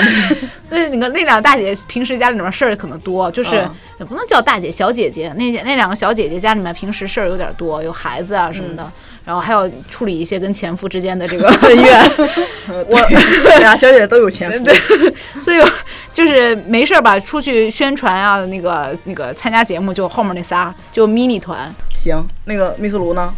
那那个那俩大姐平时家里面事儿可能多，就是、
嗯
也不能叫大姐小姐姐，那那两个小姐姐家里面平时事儿有点多，有孩子啊什么的，
嗯
然后还要处理一些跟前夫之间 的这个恩怨。
我 俩小姐姐都有前 夫，
所以我就是没事儿吧，出去宣传啊，那个那个参加节目就后面那仨就 mini 团，
行，那个密斯卢呢？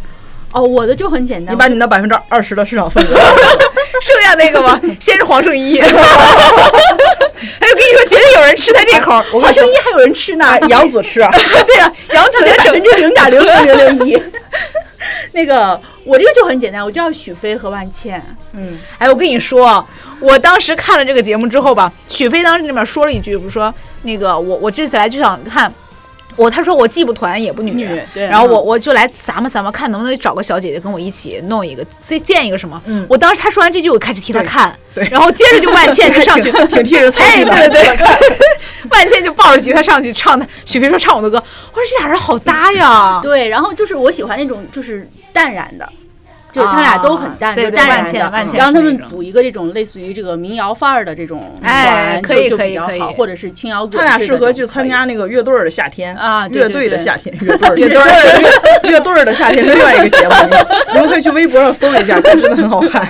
哦，我的就很简单，
你把你那百分之二十的市场份 额，
剩下那个吧，先是黄圣 依，哎，我跟你说，绝对有人吃他这口儿。
我跟
黄
你
圣
说
依，还有人吃呢
哎，，杨紫 吃啊，
对呀、杨紫的
百
整
分之零点 零零零零一。那个，我这个就很简单，我叫许飞和万茜。
哎，我跟你说，我当时看了这个节目之后吧，许飞当时那边说了一句，不是说那个我我这次来就想看。我他说我既不团也不女，
女对
然后
嗯
我我就来咱们咱们看能不能找个小姐姐跟我一起弄一个，所以建一个什么？嗯，我当时他说完这句，我开始替他看，
对对
然后接着就万茜 就上去，
挺挺替人操
哎，
心的
对对对， 万茜就抱着吉他上去唱的，许飞说唱我的歌，我说这俩人好搭呀，
对，然后就是我喜欢那种就是淡然的。就是他俩都很淡，
啊对
就
对
淡然
万茜
的
万茜
然后他
是那
们
种
组一个这种类似于这个民谣范儿的这种团，
哎
就
可以
就
可
比
以
较
可以
好，或者是轻摇滚
他
式的这种
俩
可以。
适合去参加那个乐队儿的夏天
啊对
乐
对
队的
对
夏天， 乐队儿
乐队
儿乐乐队儿的夏天是另外一个节目，你们可以去微博上搜一下，这真的很好看。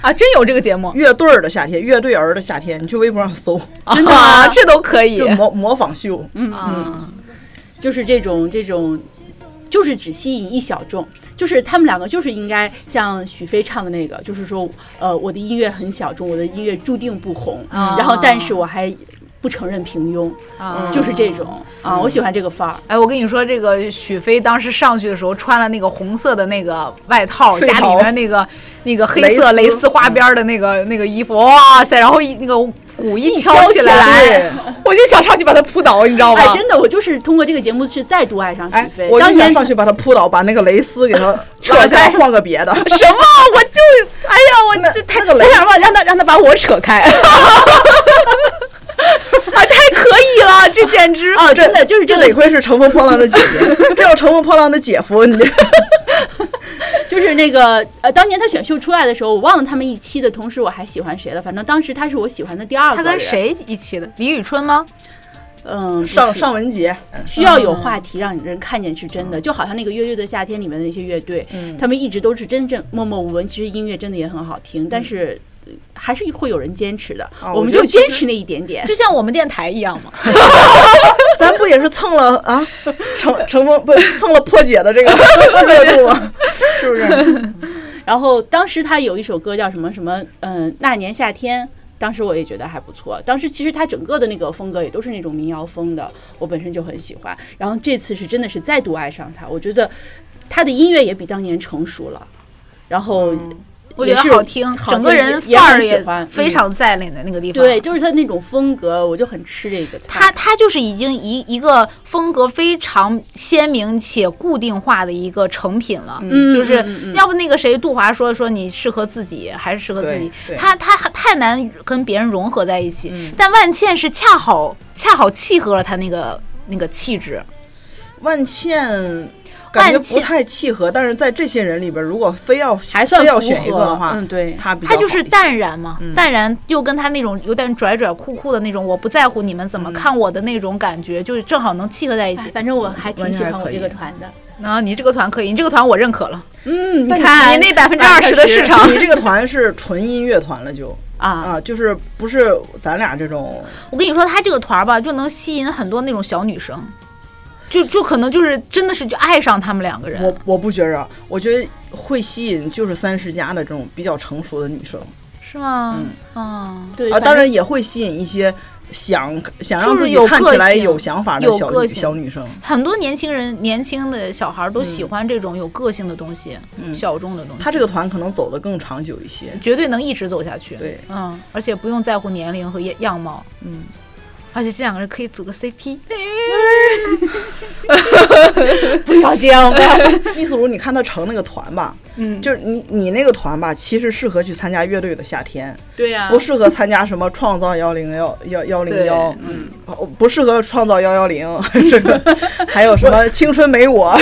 啊，真有这个节目
乐队儿的夏天，乐队儿的夏天，你去微博上搜，
真的吗
啊，这都可以
就模模仿秀。
嗯
嗯
啊。
就是这种这种，就是只吸引一小众，就是他们两个就是应该像许飞唱的那个，就是说，呃，我的音乐很小众，我的音乐注定不红，
啊
然后但是我还不承认平庸，
啊
就是这种啊，我喜欢这个范儿。
哎，我跟你说，这个许飞当时上去的时候穿了那个红色的那个外套，
睡
加里
袍
面那个那个黑
蕾
色
丝
蕾丝花边儿的那个那个衣服，哇塞！然后一那个鼓一敲起来
对，
我就想上去把他扑倒，你知道吗？
哎，真的，我就是通过这个节目是再度爱上许
哎
飞。，
我
当
就想
年
上去把他扑倒，把那个蕾丝给他
扯
拉下来，
开
换个别的。
什么？我就哎呀，我
那
这太
那个
我
蕾丝
想说让他让他把我扯开， 啊，太可以了，这简直
啊，真的就是这
这得
个，
亏是乘风破浪的姐姐，这要乘风破浪的姐夫，你这
就是那个呃，当年他选秀出来的时候，我忘了他们一期的同时，我还喜欢谁了。反正当时他是我喜欢的第二个
他
人。
跟？谁一起的？李宇春吗？
嗯，不 是
上嗯上文杰，
需要有话题让人看见是真的，就好像那个《乐队的夏天》里面的那些乐队，
嗯
他们一直都是真正默默无闻，其实音乐真的也很好听，但是呃还是会有人坚持的。
啊
我
嗯我
们
觉
就
得
坚持那一点点。
就像我们电台一样嘛。
咱不也是蹭了啊？乘乘风不是蹭了破姐的这 个热度吗？是不是？
然后当时他有一首歌叫什么什么，嗯，那年夏天。当时我也觉得还不错，当时其实他整个的那个风格也都是那种民谣风的，我本身就很喜欢。然后这次是真的是再度爱上他，我觉得他的音乐也比当年成熟了，然后
我觉得
也是
好听，
好
整个
也
人
也
范儿
很喜
也
欢
非常在那个那个地方。
对，，就是他那种风格，我就很吃这个菜。
他他就是已经一一个风格非常鲜明且固定化的一个成品了。
嗯
就是
嗯嗯嗯
要不那个谁杜华说说你适合自己还是适合自己
对，对
他他太难跟别人融合在一起。但万茜是恰好恰好契合了他那个那个气质。
万茜。感觉
万茜
不太契合，但是在这些人里边，如果非要
还算
非要
符
选一个
合
的话，
嗯对
他比较
他就
好
是
一些
淡然嘛，淡然又跟他那种有点拽拽酷酷的那种，我不在乎你们怎么看我的那种感觉，就是正好能契合在一 起
哎。反正我还挺喜欢
完全还
我
可以
这个团的。
然啊后你这个团可以，你这个团我认可了，
嗯，你
但
看
你那百分之二十的市场。
你这个团是纯音乐团了就，
啊，
啊，就是不是咱俩这种
我跟你说，他这个团儿吧，就能吸引很多那种小女生，就就可能就是真的是就爱上他们两个人
我，我不觉着，我觉得会吸引就是三十加的这种比较成熟的女生
是吗？嗯，
对，
啊，
反
当
正
然也会吸引一些想想
就
让
是
自己
有
看
个
起来
性
有想法的
有
小
个
女
性
小女生。
很多年轻人、年轻的小孩儿都喜欢这种有个性的东西，小众的东西。
嗯她这个团可能走得更长久一些，
绝对能一直走下去，
对
嗯，而且不用在乎年龄和样样貌，嗯。而且这两个人可以组个 CP，
不要这样吧。
密斯卢，你看他成那个团吧，嗯，就是你你那个团吧，其实适合去参加乐队的夏天，
对啊呀
不适合参加什么创造幺零幺幺幺零幺，嗯，不适合创造幺幺零， 这个还有什么青春没我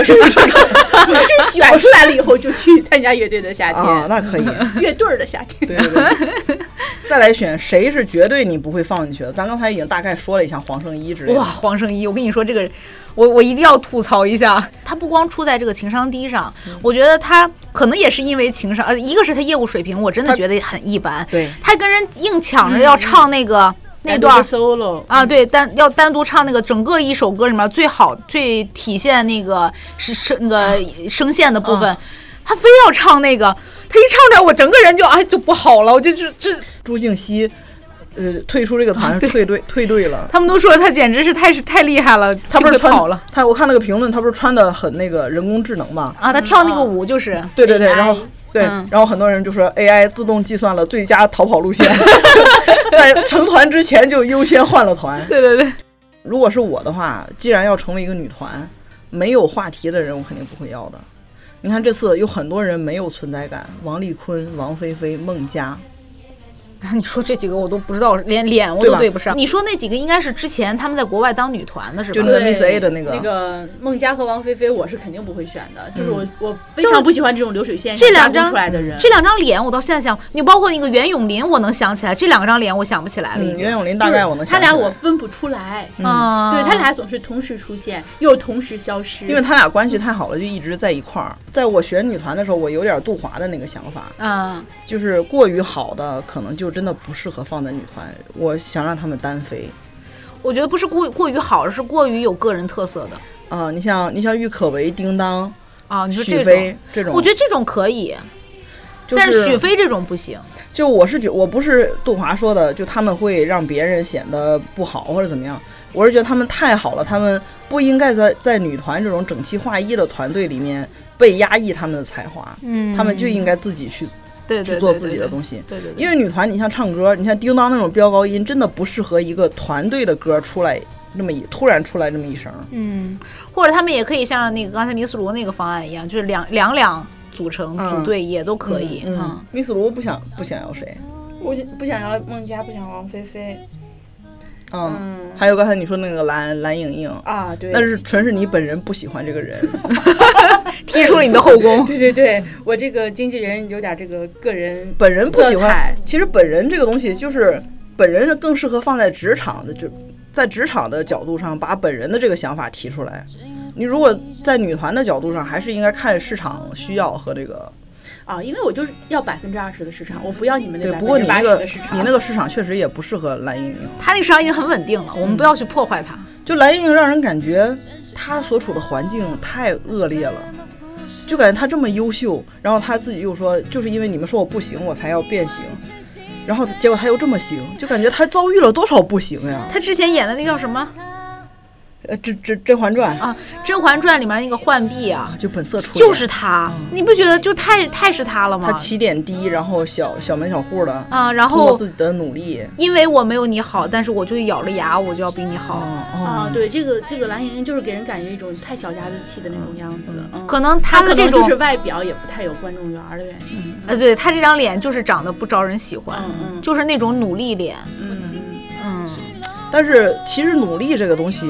是 选出来了以后就去参加乐队的夏
啊，
天，
那可以，
乐队儿的夏天。
对对对。 再来选谁是绝对你不会放进去的？咱刚才已经大概说了一下黄圣依之类
哇，
的，
黄圣依，我跟你说这个人，我我一定要吐槽一下，嗯他不光出在这个情商低上，我觉得他可能也是因为情商，呃，一个是他业嗯务水平，我真的
他
觉得很一般，
对
他跟人硬抢着要唱那个、那段儿
solo
啊，对，单要单独唱那个整个一首歌里面最好最体现那个是声那个声线的部分，他非要唱那个，他一唱出来，我整个人就哎就不好了，我就是这，
朱静熙，呃，退出这个团是退队退队了。
他们都说他简直是太是太厉害了，
他不是
幸亏
穿
跑了
他，我看那个评论，他不是穿的很那个人工智能嘛？
啊，他跳那个舞就是。
对对对，
AI
然后对，
嗯
然后很多人就说 AI 自动计算了最佳逃跑路线， 在成团之前就优先换了团。
对对对，
如果是我的话，既然要成为一个女团，没有话题的人，我肯定不会要的。你看这次有很多人没有存在感，王丽坤、王菲菲、孟佳，
啊 你说这几个我都不知道，连脸我
对
都
吧
对不上。你说那几个应该是之前他们在国外当女团的是
就
吧？
那个 Miss A 的那个嗯
那个孟佳和王菲菲，我是肯定不会选的。就是我，我非常不喜欢这种流水线上
这两
加工
张
出来的人。
这两张脸我到现在想，你包括那个袁咏琳，我能想起来，这两张脸我想不起来了已
嗯，
经
袁。咏琳大概我能
他
想
俩
起来
我分不出来，
嗯
啊，
对他俩总是同时出现，又同时消失。
因为他俩关系太好了，就一直在一块儿。在我选女团的时候，我有点杜华的那个想法，
嗯，
就是过于好的可能就真的不适合放在女团。我想让他们单飞。
我觉得不是过过于好，而是过于有个人特色的
啊、你像你像郁可唯、叮当、
啊。你说
许
这
飞
种，
这种，
我觉
得
得这种可以，
就
但
是
是许飞这种不行。
就我是觉，我不是杜华说的，就他们会让别人显得不好或者怎么样。我是觉得他们太好了，他们不应该在在女团这种整齐划一的团队里面被压抑他们的才华，
嗯
他们就应该自己去
对对
去
对
做
对
自己的东西。
对对对，
因为女团，你像唱歌，你像叮当那种飙高音，真的不适合一个团队的歌出来那么一突然出来这么一声。
嗯，或者他们也可以像那个刚才明斯卢那个方案一样，就是两两两组成
嗯
组队也都可以。
嗯，密斯卢不想不想要谁
我不想要孟佳，不想王菲菲，
嗯，还有刚才你说那个蓝蓝莹莹，
啊，对，
那是纯是你本人不喜欢这个人，
踢出了你的 后宫。
对对对，我这个经纪人有点这个个人
本人不喜
色彩
欢。其实本人这个东西就是本人更适合放在职场的，就在职场的角度上把本人的这个想法提出来。你如果在女团的角度上，还是应该看市场需要和这个
啊，因为我就是要百分之二十的市场，我不要你们那
对。
百
不过
分
你
之八
那
十
个
的市场。
你那个市场确实也不适合蓝莹莹，
他那个市场已经很稳定了，
嗯
我们不要去破坏它。
就蓝莹莹让人感觉她所处的环境太恶劣了。就感觉她这么优秀，然后她自己又说，就是因为你们说我不行，我才要变形，然后结果她又这么行，就感觉她遭遇了多少不行呀？
他之前演的那叫什么
呃，《甄甄甄嬛传》
啊，《甄嬛传》里面那个浣碧啊，
就本色出演
就是他，你不觉得就太太是他了
他
吗？
起点低，然后小小门小户的，
啊，然
通过
后
自己的努力，
因为我没有你好，但是我就咬着牙，我就要比你好。
哦
啊，对，这个这个蓝莹莹就是给人感觉一种太小家子气的那种样子，嗯
可能
她
他的
可
这
能
种
就，是外表也不太有观众缘儿的原因。
呃，对他这张脸就是长得不招人喜欢，
嗯
就是那种努力脸。
嗯
嗯，
哦，但是其实努力这个东西，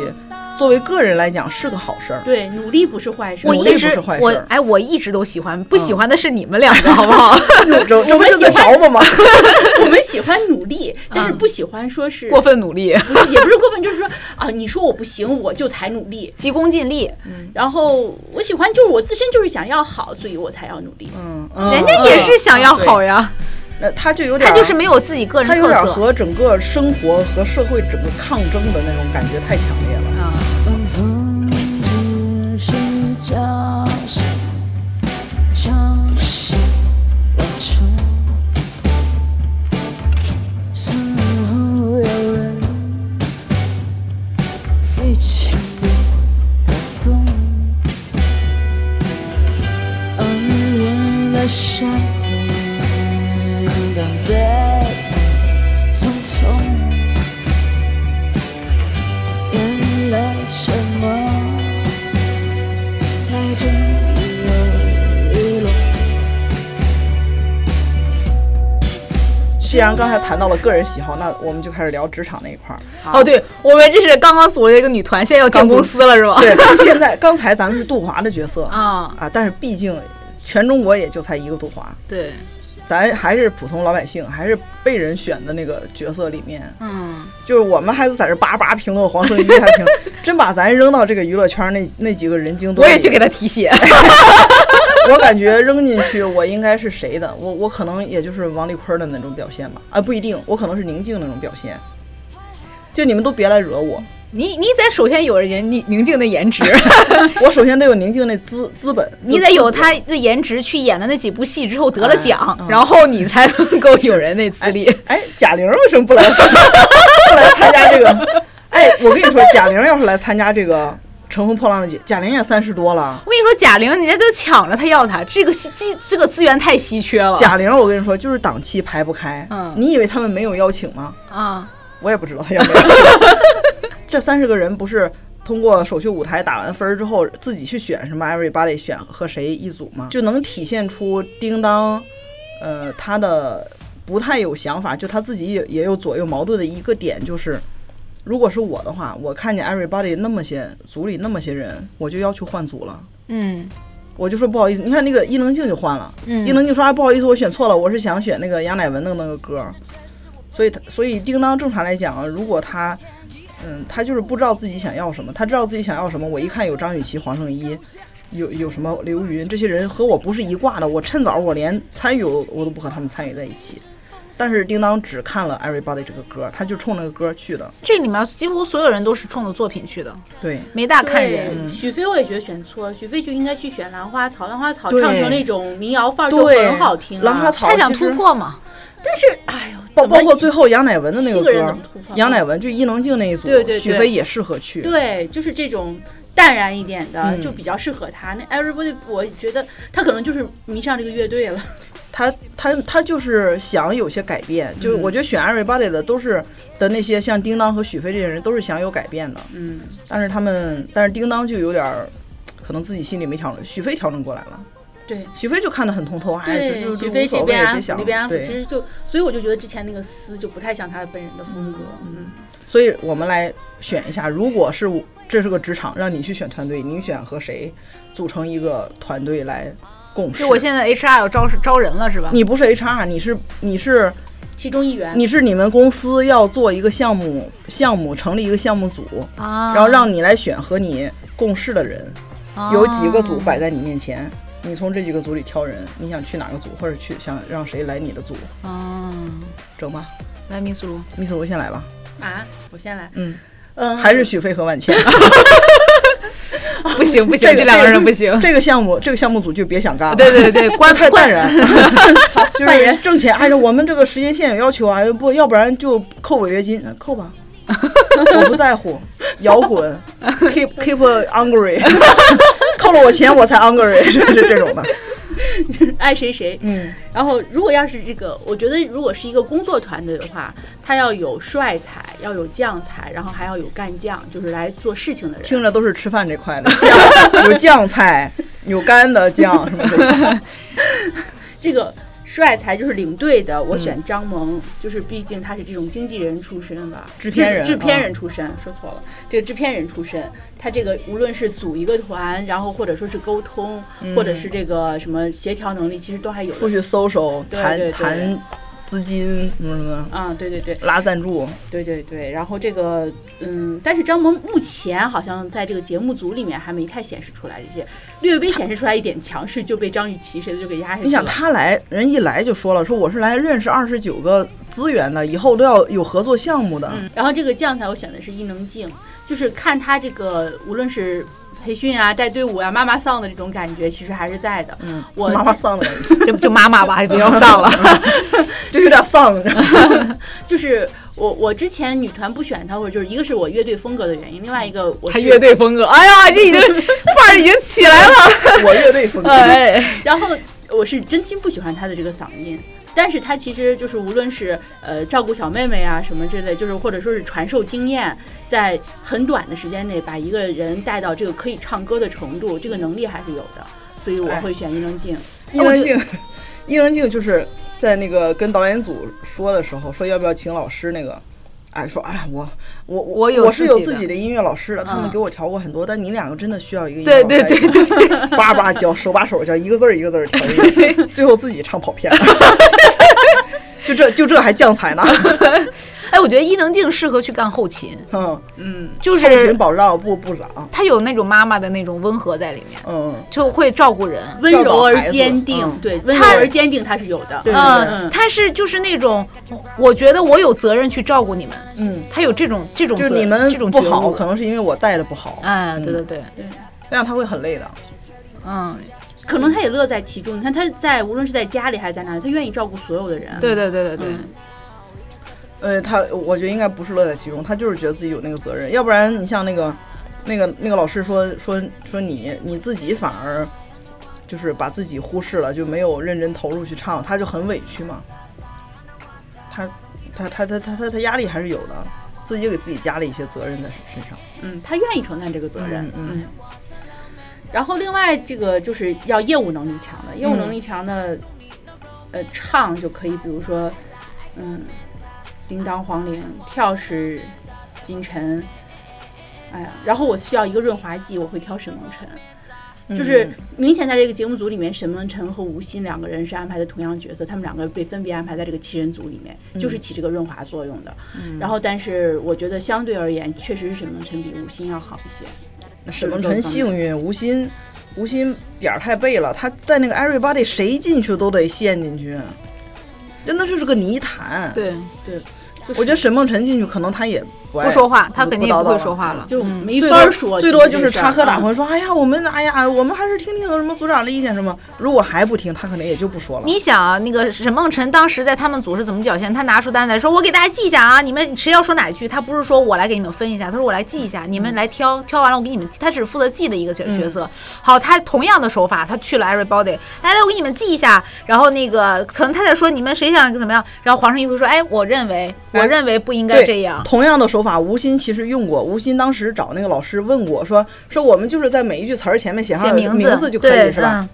作为个人来讲是个好事儿。
对，努力不是坏事。
我
努力
一
不
直
是坏事
我
儿嗯
哎，我一直都喜欢，不喜欢的是你们两 个，好不好？
这这不就在找我吗？
我们喜欢努力，但是不喜欢说是
过，分努力，
不是也不是过分，就是说啊，你说我不行，我就才努力。
急功近利，
嗯
然后我喜欢就是我自身就是想要好，所以我才要努力。
嗯，
人
人
家也是想要好呀，
那他就有点，
嗯他就是没有自己个人
嗯他有
特
点
色。
和整个生活和社会整个抗争的那种感觉太强烈了。
嗯，
东风只是叫醒，叫醒我愁。似乎有人一起感动。偶遇的山顶，干杯，匆匆。原来什么才真有一种
既然刚才谈到了个人喜好，那我们就开始聊职场那一 块儿。
哦，对，我们这是刚刚组了一个女团，现在要建公司了是吧？
对，但是现在刚才咱们是杜华的角色
啊
啊，但是毕竟全中国也就才一个杜华，
对，
咱还是普通老百姓，还是被人选的那个角色里面，
嗯，
就是我们还是在这叭叭评论黄圣依，还评，真把咱扔到这个娱乐圈那那几个人精，
我也去给，他提血。
我感觉扔进去我应该是谁的，我我可能也就是王丽坤的那种表现吧，啊不一定，我可能是宁静那种表现，就你们都别来惹我，
你你得首先有人宁宁静的颜 值，
我首先得有宁静那资资本，
你
资
得有
资格
她的颜值去演了那几部戏之后得了奖，然后你才 能够有人那资历。
哎，贾玲为什么不来不来参加这个？哎，我跟你说，贾玲要是来参加这个《乘风破浪的姐》，贾玲也三十多了。
我跟你说，贾玲人家都抢着她要她，这个稀稀这个资源太稀缺了。
贾玲，我跟你说，就是档期排不开。
嗯
你以为他们没有邀请吗？
啊，
我也不知道他有没有邀请。 这三十个人不是通过首秀舞台打完分儿之后，自己去选什么 everybody 选和谁一组吗？就能体现出叮当，呃，他的不太有想法，就他自己也也有左右矛盾的一个点，就是如果是我的话，我看见 everybody 那么些组里那么些人，我就要求换组了。
嗯，
我就说不好意思，你看那个伊能静就换了，
嗯
伊能静说啊不好意思，我选错了，我是想选那个杨乃文的那个歌儿，所以他所以叮当正常来讲，如果他嗯他就是不知道自己想要什么，他知道自己想要什么，我一看有张雨绮、黄圣依，有有什么刘云这些人和我不是一挂的，我趁早我连参与我我都不和他们参与在一起。但是叮当只看了《Everybody》这个歌儿，他就冲那个歌儿去的。
这里面几乎所有人都是冲着作品去的，
对，
没大
对
看人。
许飞我也觉得选错了，许飞就应该去选《兰花草》，《兰花草》
对
唱成那种民谣范儿就
对
很好听、啊。
兰花草
她想
其实
突破嘛，
但是哎呦，
包
怎么
包括最后杨乃文的那
七
个
个人
歌
怎
儿
么突破，
杨乃文就伊能静那一组，
对对对
许飞也适合去。
对，就是这种淡然一点的，
嗯
就比较适合他。那 Everybody，我觉得他可能就是迷上这个乐队了。
他他他就是想有些改变，
嗯
就我觉得选 Everybody 的都是的那些像叮当和许飞这些人都是想有改变的，
嗯，
但是他们但是叮当就有点儿，可能自己心里没调整，许飞调整过来了，
对。
许飞就看得很通透，哎，
对，
就就
许
就无
飞
所
这
谓，
边安
别
抚
想
那边安抚，
对
其实就，所以我就觉得之前那个撕就不太像他本人的风格。嗯，
所以我们来选一下，如果是我这是个职场，让你去选团队，你选和谁组成一个团队来共事？
就我现在 HR 要招招人了是吧？
你不是 HR，你是你是
其中一员，
你是你们公司要做一个项目项目，成立一个项目组，
啊，
然后让你来选和你共事的人，
啊
有几个组摆在你面前，你从这几个组里挑人，你想去哪个组，或者去想让谁来你的组，
啊，
整吧，
来米苏鲁，
秘书先来吧，
啊，我先来。
嗯
嗯，
还是许飞和万茜。
不行不行，
这
这两个人不行。
这个项目，这个项目组就别想干了。
对 对对，关
太淡
关
然，就是挣钱按照我们这个时间线有要求啊，不要不然就扣违约金，嗯扣吧，我不在 乎。摇滚，keep keep angry，扣了我钱我才 angry，是是这种的。
爱谁谁。
嗯，
然后如果要是这个，我觉得如果是一个工作团队的话，他要有帅才，要有将才，然后还要有干将，就是来做事情的人。
听着都是吃饭这 块的，酱有酱菜，有干的酱什么的。
这个帅才就是领队的，
嗯
我选张萌，就是毕竟他是这种经纪人出身吧，
制片人
制片
啊
人出身，说错了，这个制片人出身，他这个无论是组一个团，然后或者说是沟通，
嗯
或者是这个什么协调能力，其实都还有的。
出去搜搜，
对
谈
对对
谈资金什么什么
啊、对对对
的，拉赞助。
对对对，然后这个，嗯，但是张萌目前好像在这个节目组里面还没太显示出来这些，略微显示出来一点强势就被张雨绮谁的就给压下去了。
你想他来，人一来就说了，说我是来认识二十九个资源的，以后都要有合作项目的。
嗯
然后这个将才我选的是伊能静，就是看他这个无论是培训啊、带队伍啊、妈妈桑的这种感觉，其实还是在的。嗯，我
妈妈丧的感觉，
就就妈妈吧，你不要丧了。嗯
就有点丧，你知 道吗？
就是我我之前女团不选他，或者就是一个是我乐队风格的原因，另外一个我
他
是
乐。队风格，哎呀，这 已经范儿已经起来了。
我乐队风格。
哎，
然后我是真心不喜欢他的这个嗓音，但是他其实就是无论是呃照顾小妹妹啊什么之类，就是或者说是传授经验，在很短的时间内把一个人带到这个可以唱歌的程度，这个能力还是有的。所以我
哎
会选伊能静。
伊能静，伊能静就是在那个跟导演组说的时候，说要不要请老师那个。哎，说哎，我我
我有
我是有
自己的
自己的音乐老师的，他们
嗯
给我调过很多，但你两个真的需要一个音乐
对
老
对
师
对
来
对对，
叭叭教，手把手教，一个字儿一个字儿调音乐，最后自己唱跑偏了， 就这就这还降才呢，
哎，我觉得伊能静适合去干后勤，
嗯，
就
后勤
是
保障部部长，
她有那种妈妈的那种温和在里面，
嗯，
就会照顾人。嗯
温柔而坚定，
教导孩子嗯
对，温柔而坚定，它是有的。呃
对对对，
嗯，她是就是那种，我觉得我有责任去照顾你们。
嗯，
她有这种这种
就是
责
你们
这种
不
觉
好，
悟
可能是因为我带的不好，
哎，
嗯
对对对，
那样他会很累的。
嗯，
可能他也乐在其中。你看他在无论是在家里还是在哪里，他愿意照顾所有的人。
对对对对对，
嗯呃，他我觉得应该不是乐在其中，他就是觉得自己有那个责任，要不然你像那个那个那个老师说说说你你自己反而就是把自己忽视了，就没有认真投入去唱，他就很委屈嘛。他他他他他他他压力还是有的，自己给自己加了一些责任在身上。
嗯，他愿意承担这个责任。
嗯嗯
然后另外这个就是要业务能力强的，业务
嗯
能力强的，呃，唱就可以，比如说，嗯，叮当黄龄，跳是金晨。哎呀，然后我需要一个润滑剂，我会挑沈梦辰。
嗯
就是明显在这个节目组里面，沈梦辰和吴昕两个人是安排的同样角色，他们两个被分别安排在这个七人组里面，
嗯
就是起这个润滑作用的。然后，但是我觉得相对而言，确实是沈梦辰比吴昕要好一些。
沈梦辰幸运，吴昕吴昕点儿太背了，他在那个 Everybody 谁进去都得陷进去，真的是个泥潭。，
对，
对，就是
我觉得沈梦辰进去可能他也不爱
不说话，她肯定
不
也
叨
不会
叨嗯
说话了。
就没
最
法
多
儿说
最
其实
多
这
就是
事儿
插科打
啊
嗯
诨，说哎呀，我们哎呀，我们还是听听什么组长的意见什么。如果还不听，他可能也就不说了。
你想啊，那个沈梦辰当时在他们组是怎么表现？他拿出单子来说：“我给大家记一下啊，你们谁要说哪一句？”他不是说我来给你们分一下，他说我来记一下，
嗯
你们来挑，挑完了我给你们。他只负责记的一个角角色。好，他同样的手法，他去了 everybody，来哎来，我给你们记一下。然后那个可能他在说你们谁想怎么样，然后黄圣依会说：“哎，我认为，我认为不应该
对
这样。
同样的手法，吴昕其实用过。吴昕当时找那个老师问过，说说我们就是在每一句词儿前面写上
写名
名
字
字就可以
对
是吧？
嗯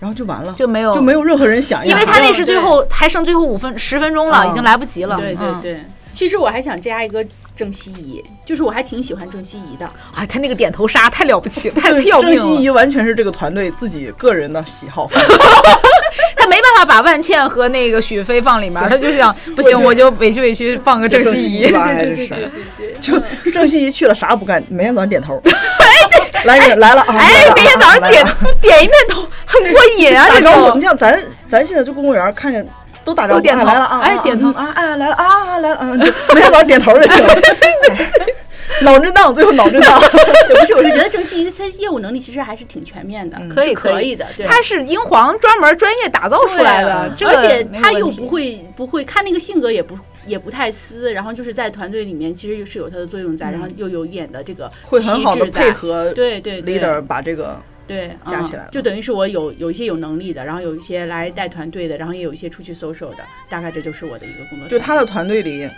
然后就完了，
就没有
就没有任何人想要，
因为他
对
那是最后还剩最后五分十分钟了，
嗯
已经来不及了。
对对
嗯，
对。其实我还想加一个郑希怡，就是我还挺喜欢郑希怡的。
哎，他那个点头杀太了不起了，太
对
要
郑
命
希
了。
怡完全是这个团队自己个人的喜好，反正
他没办法把万茜和那个许飞放里面，他就想不行，我就委屈委屈放个郑
郑
希
怡
怡。
吧，还是是，就郑希怡去了啥不干，每天早上点头， 来人来了啊，来
哎，
了
每天
啊
早上
来
点
了
点一面头，很过瘾啊！
打
这
招呼。
种
你像咱咱现在去公园看见都打招
都
呼，
点
哎
头
来了啊，
哎
啊
点头
嗯啊，哎来了啊啊来了，嗯，就每天早上点头就 行了。哎脑震荡，最后脑震荡。
对，不是，我是觉得郑希怡她业务能力其实还是挺全面
嗯
的，
可以
是可
可以
以的。对，
他是英皇专门专业打造出来的，这
对啊而
个
且
没有
他
问
又
题
不会不会，他那个性格也不也不太撕，然后就是在团队里面其实是有他的作用在，然后又有一点的这个
会很好的
旗帜在
配合
对对对
leader 把这个
对
加
嗯
起来了
就等于是我有有一些有能力的，然后有一些来带团队的，然后也有一些出去 social 的，大概这就是我的一个工作状态。
就他的团队里，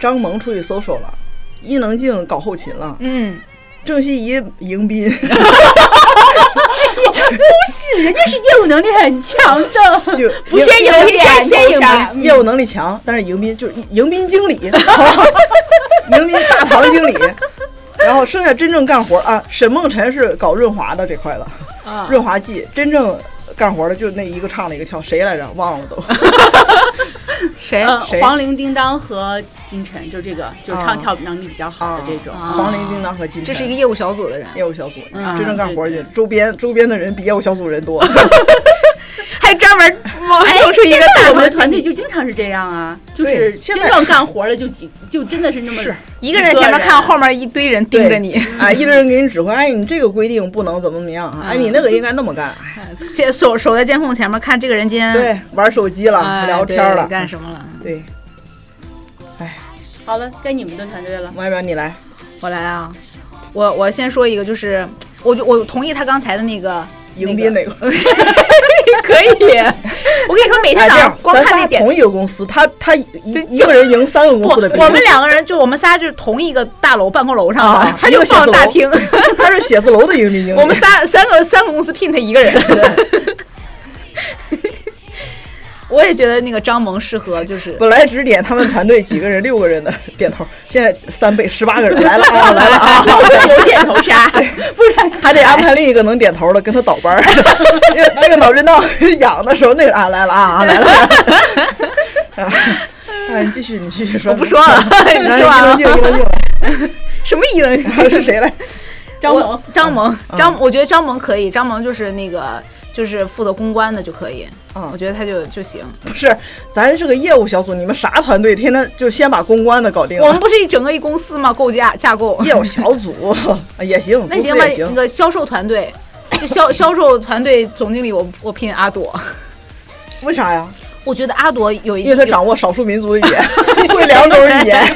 张萌出去 social 了，伊能静搞后勤了，
嗯，
郑希怡迎 宾，
是人家是业务能力很强的，
就
不先
迎
迎
宾先先迎宾
迎业务能力强，但是迎宾就是迎宾经 理，好吧迎宾大堂经理。然后剩下真正干活啊，沈梦辰是搞润滑的这块了，
啊
润滑剂真正干活的就那一个唱了一个跳，谁来着？忘 了都。
谁？
呃，
谁
黄龄、叮当和金晨，就这个就是唱跳能力比较好的这种。
啊
黄龄、叮当和金晨，
这是一个业务小组的人，
业务小组，
嗯
真正干活
对
去，周边周边的人比业务小组人多。
还专门 往
哎
抽出一个
现在
大
我们
门
的团队就经常是这样啊，就
对
是
现
真
在
正干活了就几，就真的是那么
是
一个人在前面看，后面一堆人 盯着你，
哎，一堆人给你指挥，哎，你这个规定不能怎么怎么样啊，
嗯
哎，你那个应该那么干，
监守守在监控前面看这个人今天
对，玩手机了，
嗯哎
不聊
对
天了，
干什么了？
对，
好了，该你们的团队了。
外边你来，
我来啊，我我先说一个，就是我就我同意他刚才的 那个
迎宾那
那
个，
个，可 以。我跟你说，每
哎，这
天早上
样，
光
咱
看那
仨
点
同一个公司，他他一一个人赢三个公司的比例，
我们两个人就我们仨就是同一个大楼办公楼上的
啊，
他
一
就
个写字
放
楼
大厅，
他是写字楼的迎宾经理，
我们三三个三个公司聘他一个人。 我也觉得那个张萌适合，就是
本来只点他们团队几个人，六个人的点头，现在三倍，十八个人来了啊，来了啊，
有点头纱，不然
还得安排另一个能点头的跟他倒 班儿，因为这个脑震荡 痒的时候，那个啊来了啊啊来了 啊，啊，啊你继续你继续说，哎
我不 说了，你
然
说完
后
了
一能静一能静，
什么意思？
还是谁来？
张
我
萌，
张萌，
嗯
张，我觉得张萌可以，张萌就是那个就是负责公关的就可以，
嗯
我觉得他就就行。
不是，咱是个业务小组，你们啥团队？天天就先把公关的搞定
我们
了。
不是一整个一公司吗？构架架构，
业务小组啊也行，
那
公司也
吧，那
行，
个销售团队，就销销售团队总经理我我拼阿朵，
为啥呀？
我觉得阿朵有一，
因为他掌握少数民族的语言， 会两种语言。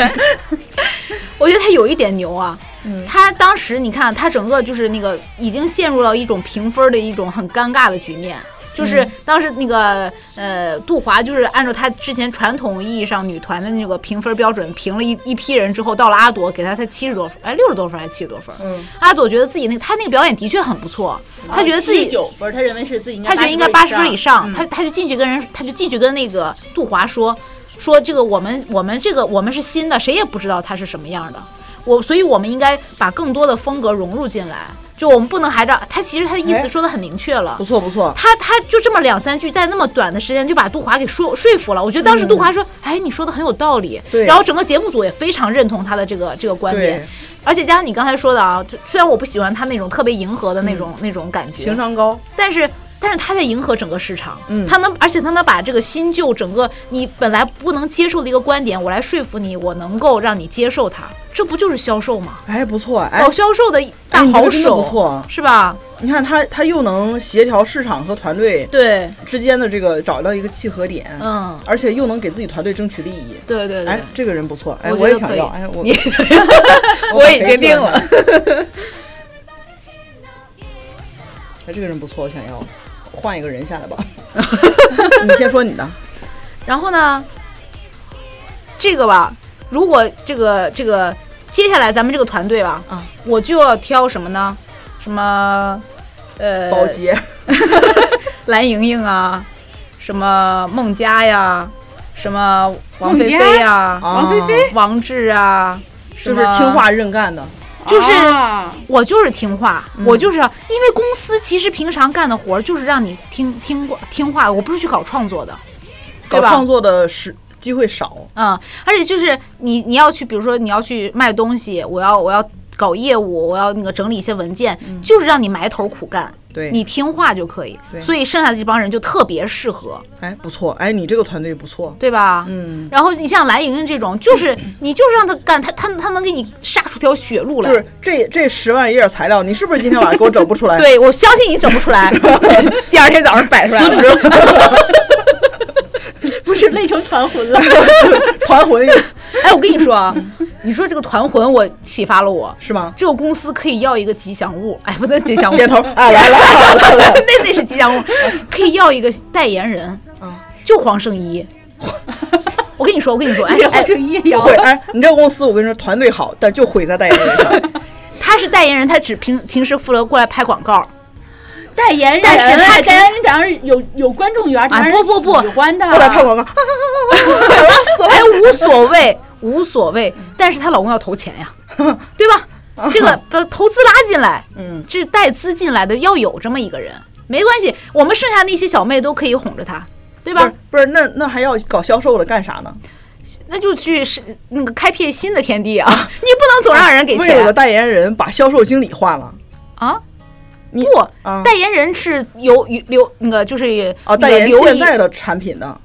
我觉得他有一点牛啊。他当时你看，他整个就是那个已经陷入到一种评分的一种很尴尬的局面，就是当时那个呃杜华就是按照他之前传统意义上女团的那个评分标准评了一一批人之后，到了阿朵给他才七十多分，哎六十多分还是七十多分？
嗯，
阿朵觉得自己那个他那个表演的确很不错，他觉得自己
啊九分，他认为是自己应该
他觉得应该八十分以上，
嗯
他他就进去跟人，他就进去跟那个杜华说，说这个我们我们这个我们是新的，谁也不知道他是什么样的，我所以我们应该把更多的风格融入进来，就我们不能还让他其实他的意思
哎
说的很明确了
不。错不 错，
他他就这么两三句，在那么短的时间就把杜华给说说服了。我觉得当时杜华说：“哎，你说的很有道理。”
对
然后整个节目组也非常认同他的这个这个观点
对，
而且加上你刚才说的啊，就虽然我不喜欢他那种特别迎合的那种、那种感觉，
情商高。
但是但是他在迎合整个市场，
嗯
他能，而且他能把这个新旧整个你本来不能接受的一个观点，我来说服你，我能够让你接受它，这不就是销售吗？
哎，不错，哎
搞，销售的大
你这
好
个真的
手，
不错啊
是吧？
你看他，他又能协调市场和团队
对，
之间的这个找到一个契合点，
嗯，
而且又能给自己团队争取利益。
对对对，
哎，这个人不错，哎，
我觉
我
得
也
可
想
以
要，哎，我
你
把
我
谁
已经定了。
哎，这个人不错，我想要，换一个人下来吧。你先说你的，
然后呢，这个吧，如果这个这个接下来咱们这个团队吧，
啊，
我就要挑什么呢？什么？呃，
保洁，
蓝盈莹啊，什么孟佳呀，什么王
孟
菲
佳
菲呀，
王菲
菲、王志啊，什
就
么
是听，话认干的，
就是
啊
我就是听话，
嗯
我就是要，因为公司其实平常干的活儿就是让你听听听话，我不是去搞创作的，
搞
对吧
创作的是机会少，
嗯，而且就是你你要去，比如说你要去卖东西，我要我要搞业务，我要那个整理一些文件，就是让你埋头苦干，
嗯对
你听话就可以。
对
所以剩下的这帮人就特别适合，
哎，不错，哎，你这个团队不错，
对吧？
嗯。
然后你像蓝莹莹这种，就是你就是让他干，他他他能给你杀出条血路来。
就是这这十万页材料，你是不是今天晚上给我整不出来？，
对，我相信你整不出来。 第二天早上摆出来了，
不是累成团魂 了。
团魂也
哎，我跟你说啊，你说这个团魂，我启发了我。
是吗？
这个公司可以要一个吉祥物，哎，不能吉祥物，
点头，哎，来来来来来，
那那是吉祥物，可以要一个代言人
啊，
就黄圣 依。我跟你说，我跟你说，哎哎，
这夜
不
摇
会，哎，你这个公司我跟你说，团队好，但就毁在代言人上。
他是代言人，他只平平时负责过来拍广告。
代言人，
但是他啊
代言人当然有有观众缘，当然
不不不
喜欢的。
过来拍广告，
哎，无所谓，无所谓，但是她老公要投钱呀， 对吧？这
嗯
个呃投资拉进来，嗯，这带资进来的要有这么一个人，没关系，我们剩下那些小妹都可以哄着她，对
不
吧
是？不是，那那还要搞销售的干啥呢？
那就去是那个开辟新的天地啊！你不能总让人给
为了
钱
个代言人，把销售经理换了。
啊！
你
不，
啊
代言人是由刘那个就是
啊，代言
刘
现在的产品呢？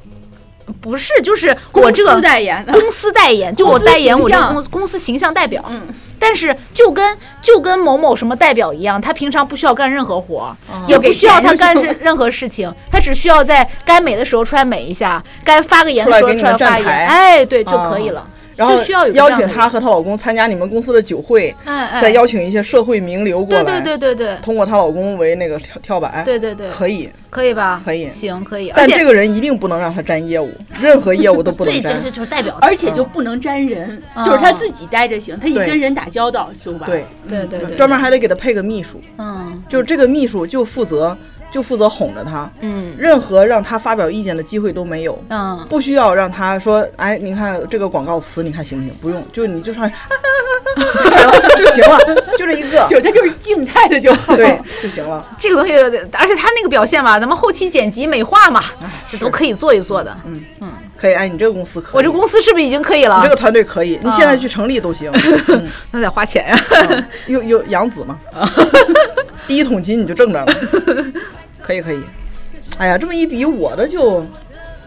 不是就是我
公
这个
司代 言的，
公司代言，就我
公司
代言我这
形
个
象
公司公司形象代表。嗯，但是就跟就跟某某什么代表一样，他平常不需要干任何活儿，也不需要他干 任任何事情，他只需要在该美的时候出来美一下，该发个言的时候出
出来
来
给你们
发
站
言，
台
哎，对就可以了。
然后
就需要有
邀请她，和她老公参加你们公司的酒会，
哎哎，
再邀请一些社会名流过
对
来，
对对对对
通过她老公为那个跳跳板，
对对对，
可以。
可以吧？
可以
行可以，而
但
且
这个人一定不能让他沾 业务，任何业务都不
对
能
就
沾。
是就是代表，
而且就不能沾人，
嗯
就是他自己待着行，他一
对
跟人打交道就完。
对，
对对对，
专门还得给他配个秘书，
嗯
就是这个秘书就负责就负责哄着他，
嗯
任何让他发表意见的机会都没有。
嗯，
不需要让他说，哎，你看这个广告词，你看行不行？不用，就你就上去啊 就行了，就 这一个，
就是他就是静态的就好。
对，就行了。
这个东西，而且他那个表现吧，咱们后期剪辑美化嘛，这都可以做一做的。
可以，哎，你这个公司可以，
我这公司啊是不是已经可以了？
你这个团队可以，你现在去成立 都行。嗯
那得 花钱呀、
嗯有有养子 嘛？第一桶金你就挣着了，可以可以。哎呀，这么一比，我的就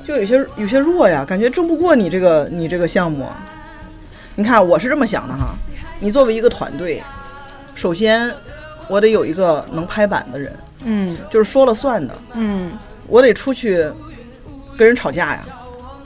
就有些有些弱呀，感觉争不过你这个你这个项目。啊你看，我是这么想的哈，你作为一个团队，首先我得有一个能拍板的人，
嗯
就是说了算的，
嗯，
我得出去跟人吵架呀。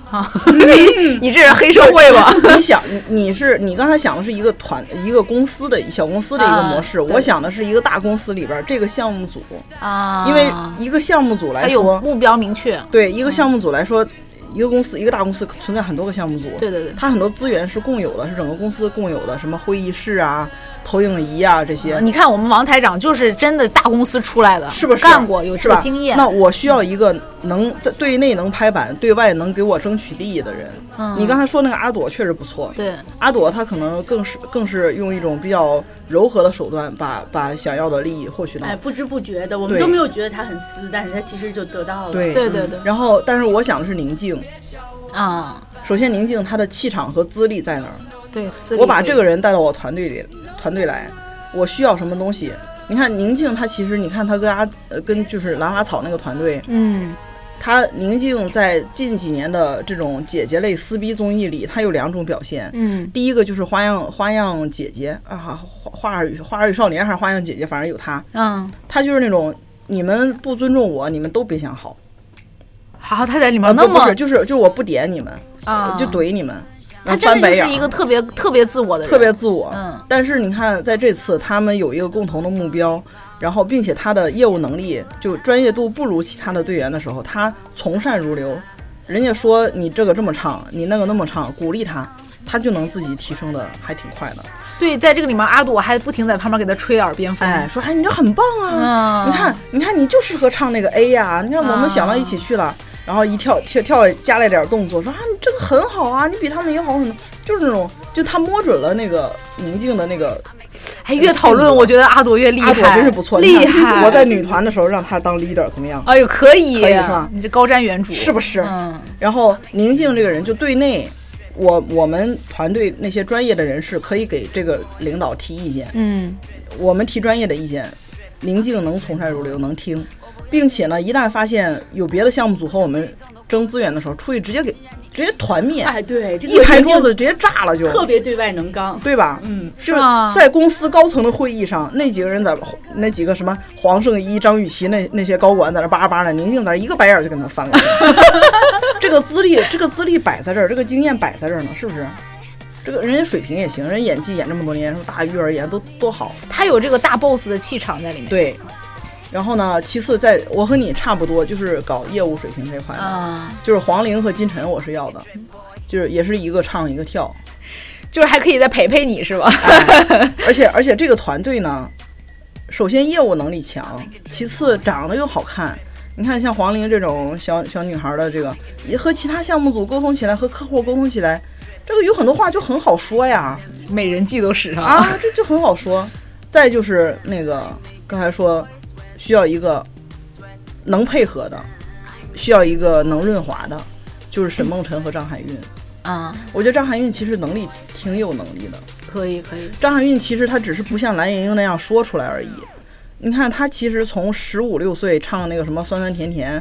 好，你你这是黑社会吧？
你想，你你是你刚才想的是一个团、一个公司的小公司的一个模式，
啊对
我想的是一个大公司里边儿这个项目组，
啊
因为一个项目组
还
来
有嗯
说，
目标明确，
对一个项目组来说，一个公司一个大公司存在很多个项目组，
对对对
它很多资源是共有的，是整个公司共有的，什么会议室啊、投影仪啊这些，
你看我们王台长就是真的大公司出来的，
是不是
干过有
是
这
吧
个经验？
那我需要一个能在对内能拍板，对外能给我争取利益的人。
嗯
你刚才说那个阿朵确实不错，
对
阿朵她可能更是更是用一种比较柔和的手段把，把想要的利益获取到。
哎，不知不觉的，我们
啊对
都没有觉得他很私，但是他其实就得到了。
对嗯
对对对
然后，但是我想的是宁静。
啊，
首先，宁静她的气场和资历在哪儿？
对，自律
我把
力
这个人带到我团队里，团队来，我需要什么东西？你看宁静，她其实你看她跟阿呃跟就是兰花草那个团队，
嗯
她宁静在近几年的这种姐姐类撕逼综艺里，她有两种表现。
嗯
第一个就是花样花样姐姐啊，花花儿与花儿与少年还是花样姐姐，反正有她，
嗯，
她就是那种你们不尊重我，你们都别想好。
好，他在里
啊
面
不
哦那么
不是就是就是我不点你们，
啊，
就怼你们，
他
然后翻
真的
白
就
眼
是
儿
一个特别特别自我的人，
特别自我。
嗯
但是你看，在这次他们有一个共同的目标，然后并且他的业务能力就专业度不如其他的队员的时候，他从善如流。人家说你这个这么唱，你那个那么唱，鼓励他，他就能自己提升的还挺快的。
对，在这个里面，阿朵还不停在旁边给他吹耳边风。
哎，说哎，你这很棒啊！
嗯
你看，你看，你就适合唱那个 A 呀、你看，我们想到一起去了，然后一跳跳跳了，加了一点动作，说啊，你这个很好啊，你比他们也好很多，就是那种，就他摸准了那个宁静的那个
哎，越讨论，我觉得阿朵越厉害，
阿朵，真是不错。你
厉
看
害。
我在女团的时候让她当 leader 怎么样？
哎呦，可以，
可以是吧
你这高瞻远瞩，
是不是
嗯，
然后宁静这个人就对内，我我们团队那些专业的人士可以给这个领导提意见，
嗯，
我们提专业的意见，宁静能从善如流，能听，并且呢，一旦发现有别的项目组和我们争资源的时候，出去直接给直接团灭，
哎，对，这个
一拍
人就
桌子直接炸了就，
特别对外能刚。
对吧？
嗯，
就是
吗
在公司高层的会议上，那几个人在那几个什么黄圣依、张雨绮那那些高管在那叭叭的，宁静在那一个白眼儿就跟他 翻了。这个资历，这个资历摆在这儿，这个经验摆在这儿呢，是不是？这个人家水平也行，人演技演这么多年，什么大鱼儿演都多好，
他有这个大 boss 的气场在里面。
对。然后呢，其次在，我和你差不多，就是搞业务水平这块的，
嗯，
就是黄龄和金晨我是要的，就是也是一个唱一个跳，
就是还可以再陪陪你是吧？
而且而且这个团队呢，首先业务能力强，其次长得又好看。你看像黄龄这种小小女孩的这个，也和其他项目组沟通起来，和客户沟通起来，这个有很多话就很好说呀，
美人计都使上了。
啊，这就很好说。再就是那个刚才说，需要一个能配合的，需要一个能润滑的，就是沈梦辰和张含韵。
啊，
我觉得张含韵其实能力挺有能力的，
可以可以，
张含韵其实她只是不像蓝盈莹那样说出来而已。你看，她其实从十五六岁唱那个什么《酸酸甜甜》，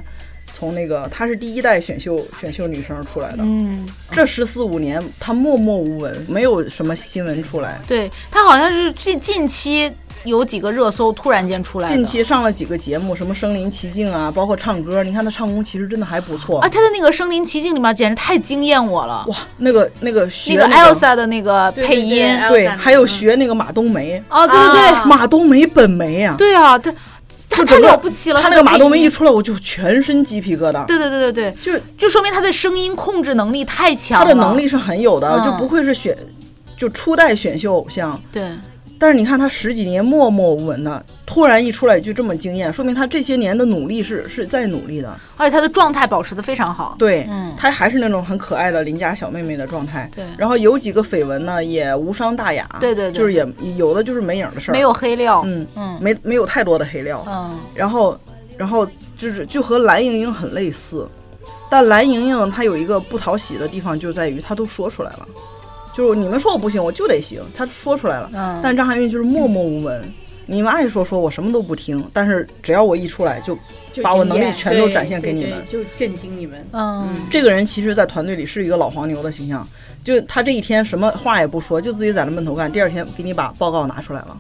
从那个她是第一代选秀选秀女生出来的。
嗯，
这十四五年，她默默无闻，没有什么新闻出来。
对他好像是近近期有几个热搜突然间出来的，
近期上了几个节目，什么身临其境啊，包括唱歌。你看她唱功其实真的还不错。
啊，他的那个《身临其境》里面简直太惊艳我了，
哇，那个那个
那
学
个
那
Elsa 的那个嗯
对
配
对对
音，
Elsa
对，
那个
还有学那个马冬梅，
哦，对对对、
啊
马冬梅本梅啊，
对啊，他他
就
太
整个
了不起了，
她
他
那
的
个马冬梅
配
一
音，
出来，我就全身鸡皮疙瘩。
对对对对对，
就
就说明他的声音控制能力太强
他的
了，
能力是很有的，
嗯
就不愧是选就初代选秀偶像。
对。
但是你看他十几年默默无闻的，突然一出来就这么惊艳，说明他这些年的努力是是在努力的。
而且他的状态保持的非常好，
对，
嗯
他还是那种很可爱的邻家小妹妹的状态。
对
然后有几个绯闻呢，也无伤大雅。
对对对
就是也有的就是没影儿的事儿，
没有黑料，
嗯
嗯
没没有太多的黑料。
嗯
然后，然后就是就和蓝盈莹很类似，但蓝盈莹她有一个不讨喜的地方，就在于她都说出来了，就是你们说我不行，我就得行，她说出来了。
嗯
但张含韵就是默默无闻，你们爱说说我什么都不听，但是只要我一出来就
就
把我
惊
能力
艳
全都
对
展现给
对
你
对
们
就震惊你们。
嗯，
这个人其实，在团队里是一个老黄牛的形象，就他这一天什么话也不说，就自己在那闷头干，第二天给你把报告拿出来了，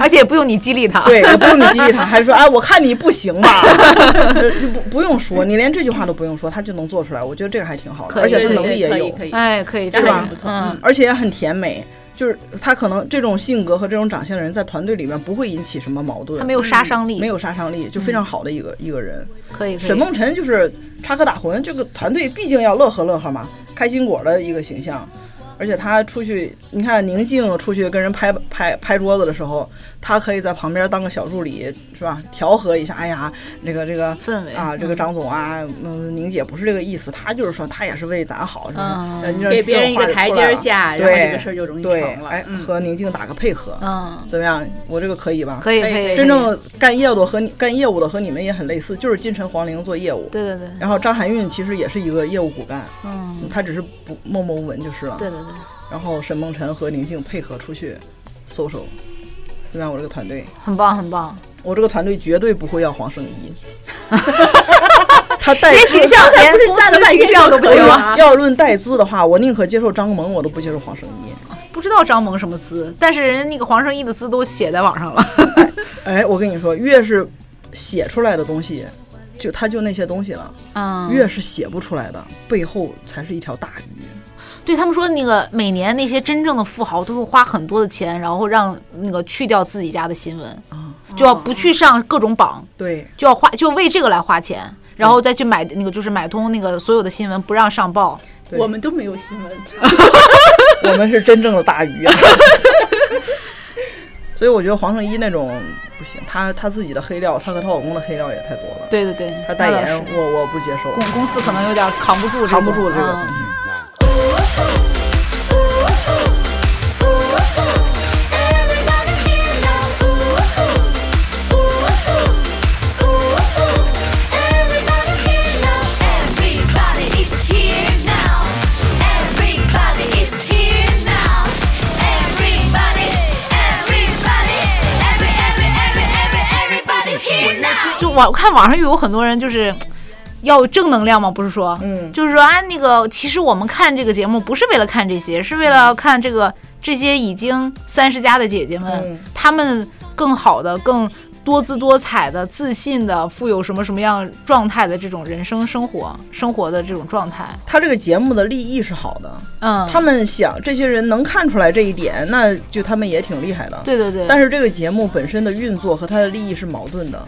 而且也不用你激励他，
对，也不用你激励他，还说哎，我看你不行吧， 呃不不用说，你连这句话都不用说，他就能做出来，我觉得这个还挺好的，
可以
而且
对
他
对
能力也
对
有，
可以可以。
哎，可以，
当
这
然
样
不错
嗯，
而且也很甜美。就是他可能这种性格和这种长相的人，在团队里面不会引起什么矛盾，嗯
他没有杀伤力，嗯
没有杀伤力，就非常好的一个、一个人。
可以，可以
沈梦辰就是插科打诨，这个团队毕竟要乐呵乐呵嘛，开心果的一个形象。而且他出去，你看宁静出去跟人拍拍拍桌子的时候，他可以在旁边当个小助理，是吧？调和一下，哎呀，这个这个
氛围
啊，这个张总啊，嗯，宁姐不是这个意思，他就是说他也是为咱好，什么
嗯
的，呃你这
给别人
这种话
一个台阶
就出来了
下然后
对，
这个事儿就容易
对
成了
哎，
嗯
和宁静打个配合，
嗯，
怎么样？我这个可以吧？
可以
可以
可
可
以，
以
真正干业务的和你干业务的和你们也很类似，就是金晨、黄龄做业务，
对对对，
然后张含韵其实也是一个业务骨干，
嗯，
她只是不默默无闻就是了。
对对对，
然后沈梦辰和宁静配合出去搜搜，对吧？我这个团队，
很棒很棒，
我这个团队绝对不会要黄圣依， 他带
连形象连公司的形 象都不行啊了。
要论带资的话，我宁可接受张萌，我都不接受黄圣依。
不知道张萌什么资，但是人家那个黄圣依的资都写在网上了，
哎，我跟你说，越是写出来的东西，就他就那些东西了。
嗯，
越是写不出来的，背后才是一条大鱼。
对他们说，那个每年那些真正的富豪都会花很多的钱，然后让那个去掉自己家的新闻，就要不去上各种榜，
对，
就要花，就为这个来花钱，然后再去买那个就是买通那个所有的新闻不让上报，
对
我们都没有新闻，
我们是真正的大鱼啊！所以我觉得黄圣依那种不行，她她自己的黑料，她和她老公的黑料也太多了。
对对对，
她代
那倒是
言，我我不接受，
公公司可能有点扛不住这种，
扛不住这个
嗯。
Everybody is here now. Everybody is here now. Everybody, everybody, every, every, every, every, everybody's here
嗯
now.
就网我看网上有很多人就是。要有正能量嘛，不是说，
嗯
就是说啊，那个，其实我们看这个节目不是为了看这些，是为了
嗯
看这个这些已经三十加的姐姐们
嗯，
她、们更好的、更多姿多彩的、自信的、富有什么什么样状态的这种人生生活生活的这种状态，
她这个节目的立意是好的，
嗯，
他们想这些人能看出来这一点，那就他们也挺厉害的。
对对对，
但是这个节目本身的运作和它的利益是矛盾的，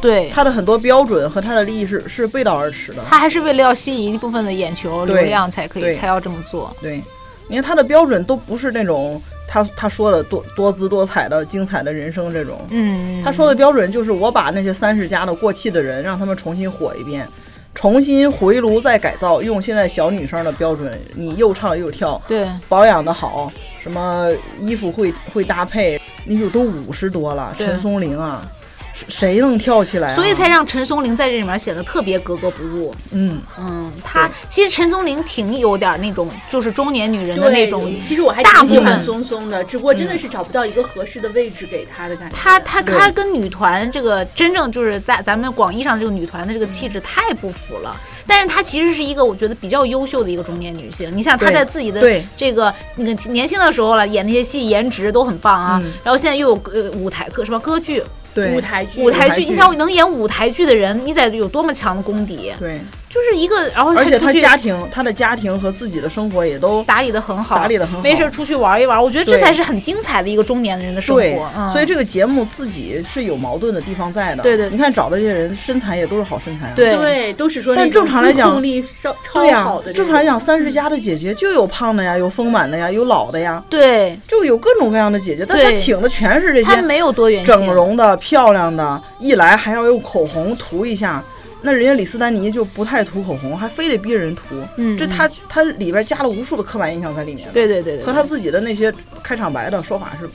对，
它的很多标准和它的利益是是背道而驰的。
她还是为了要吸引一部分的眼球流
对
量才可以
对
才要这么做，
对，你看它的标准都不是那种他他说的多多姿多彩的精彩的人生这种，
嗯，
他说的标准就是我把那些三十加的过气的人，让他们重新火一遍，重新回炉再改造，用现在小女生的标准，你又唱又跳，
对，
保养的好，什么衣服会会搭配，你有都五十多了，
对
陈松伶啊，谁谁能跳起来、啊？
所以才让陈松伶在这里面显得特别格格不入。
嗯，
嗯，她其实陈松伶挺有点那种，就是中年女人的
对
那种。
其实我还
大
挺喜
部
欢
分
松松的，只不过真的是找不到一个合适的位置给她的感觉。
她她
对
她跟女团这个真正就是在咱们广义上的这个女团的这个气质太不符了，但是她其实是一个我觉得比较优秀的一个中年女性。你想她
对
在自己的
对
这个那个年轻的时候了，演那些戏颜值都很棒啊，
嗯
然后现在又有呃舞台歌什么歌剧、
对，
舞台剧，
舞台
台
剧，你
剧
想能演舞台剧的人，你得有多么强的功底，
对，
就是一个，然后
而且
出
他
去
家庭，他的家庭和自己的生活也都
打理的很好，
打理得很好
没事儿出去玩一玩，我觉得这
对
才是很精彩的一个中年人的生
对
活。嗯、
所以这个节目自己是有矛盾的地方在的。
对对
你看找的这些人身材也都是好身材啊。
对
对，都是说那
但
种
正常来讲
自控力超超
对呀、
好的这种，
正常来讲，三
嗯
十加的姐姐就有胖的呀，有丰满的呀，有老的呀，
对，
就有各种各样的姐姐，但她
对
请的全是这
他
些
没有多元性，
整容的、漂亮的，一来还要用口红涂一下。那人家李斯丹妮就不太涂口红，还非得逼人涂，
嗯
这她她里边加了无数的刻板印象在里面的，
对对对对
和
对。
她自己的那些开场白的说法是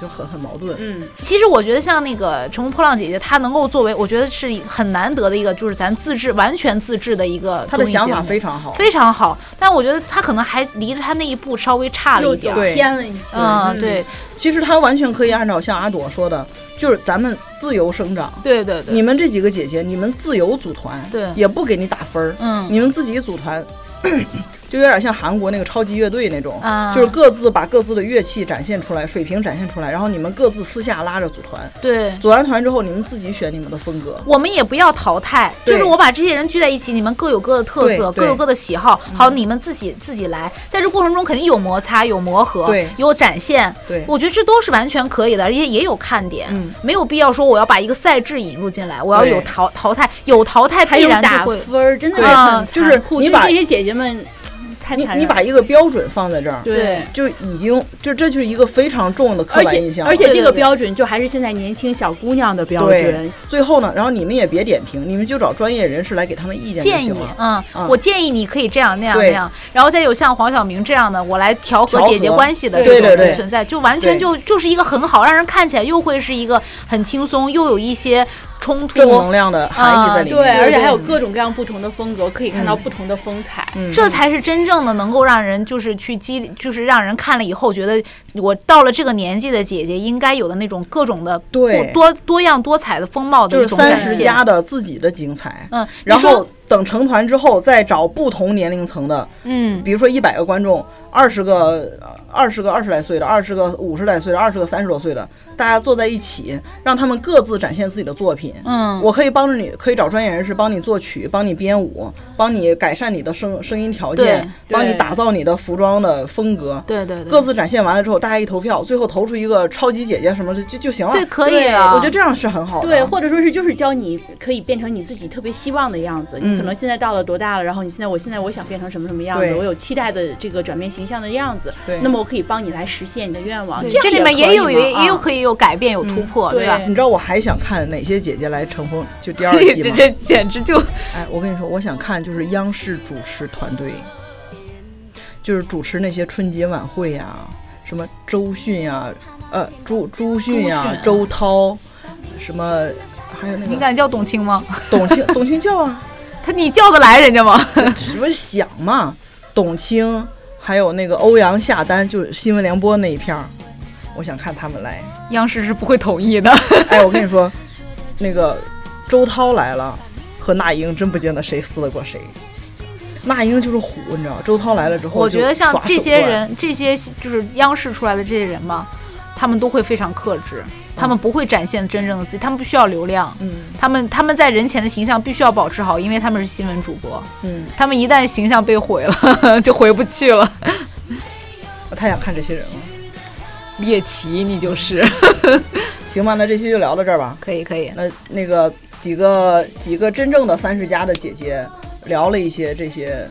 就很很矛盾。
嗯，
其实我觉得像那个《乘风破浪》姐姐，她能够作为，我觉得是很难得的一个，就是咱自制完全自制的一个
她的
综艺节目
想法非常好，
非常好，但我觉得她可能还离着她那一步稍微差了
又
一点
走
儿。
对
偏了一些。
嗯，对
其实她完全可以按照像阿朵说的，就是咱们自由生长，
对对
你
对，
们这几个姐姐，你们自由组团，
对
也不给你打分儿，
嗯
你们自己组团， 就有点像韩国那个超级乐队那种，
啊
就是各自把各自的乐器展现出来，水平展现出来，然后你们各自私下拉着组团，
对。
组完团之后，你们自己选你们的风格。
我们也不要淘汰，
对
就是我把这些人聚在一起，你们各有各的特
对
色，
嗯
各有
对
各的喜好，好，你们自己自己来，在这过程中肯定有摩擦，有磨合，
对
有展现，
对
我觉得这都是完全可以的，而且也有看点，
嗯
没有必要说我要把一个赛制引入进来，我要
对
有淘淘汰，有淘汰
还
必
有
然
打
就会。啊
分儿，真的
对
很
就是
残酷
你
对
把
这些姐姐们太
你
残忍
你把一个标准放在这儿，
对。
就已经就这就是一个非常重的刻
而
板
且
印象了。
而且
对
这
对
个
对
标准就还是现在年轻小姑娘的标
对
准，，
最后呢，然后你们也别点评，你们就找专业人士来给他们意见就
建议
行了，。
嗯，
嗯
我建议你可以这样那样那
对
样，然后再有像黄晓明这样的，我来调和
调
姐姐
和
关系的
对
这种
对
人
对
存在，就完全
对
就就是一个很好，让人看起来又会是一个很轻松，又有一些冲突，
正能量的含义在里
啊对，
面。
而且
对
还有各种各样不同的风格，可以看到不同的风采。
嗯
这才是真正的能够让人就是去激励，就是让人看了以后觉得我到了这个年纪的姐姐应该有的那种各种的
对
不多多样多彩的风貌的
就是
一种展
三
现。
十加的自己的精彩，
嗯，你
然后
说
等成团之后再找不同年龄层的，
嗯，
比如说一百个观众，二十个、二十个二十来岁的，二十个五十来岁的，二十个三十多岁的，大家坐在一起，让他们各自展现自己的作品。
嗯
我可以帮着你，可以找专业人士帮你作曲，帮你编舞，帮你改善你的声声音条件，
对
帮你
对
打造你的服装的风格。
对对对，
各自展现完了之后，大家一投票，最后投出一个超级姐姐什么的就就行了。
对可以
对
啊，
我觉得这样是很好的。
对，或者说是就是教你可以变成你自己特别希望的样子，你
嗯
可能现在到了多大了，然后你现在我现在我想变成什么什么样子
对，
我有期待的这个转变形象的样子
对，
那么我可以帮你来实现你的愿望。
这
样
里面也有
也可以
也
嘛
也
嗯
有
啊
可以有改变有突破，
对
吧？
你知道我还想看哪些姐姐来成婚，就第二季
这
吗？
这简直就
哎，我跟你说，我想看就是央视主持团队，就是主持那些春节晚会呀、什么周迅呀、呃朱朱迅呀、
朱啊
周涛，什么还有那
你
个
敢叫董卿吗？
董卿， 董卿叫啊，
他你叫得来人家吗？
这不是想嘛？董卿，还有那个欧阳夏丹，就是新闻联播那一片儿，我想看他们来。
央视是不会同意的。
哎，我跟你说，那个周涛来了，和那英真不见得谁撕得过谁。那英就是虎，你知道？周涛来了之后，
我觉得像这些，人，这些就是央视出来的这些人嘛，他们都会非常克制，他们不会展现真正的自己，他们不需要流量，
嗯
他们他们在人前的形象必须要保持好，因为他们是新闻主播，
嗯，
他们一旦形象被毁了， 就回不去了。
我太想看这些人了。
猎奇，你就是
行吧，那这期就聊到这儿吧。
可以可以，
那那个几个几个真正的三十加的姐姐聊了一些这些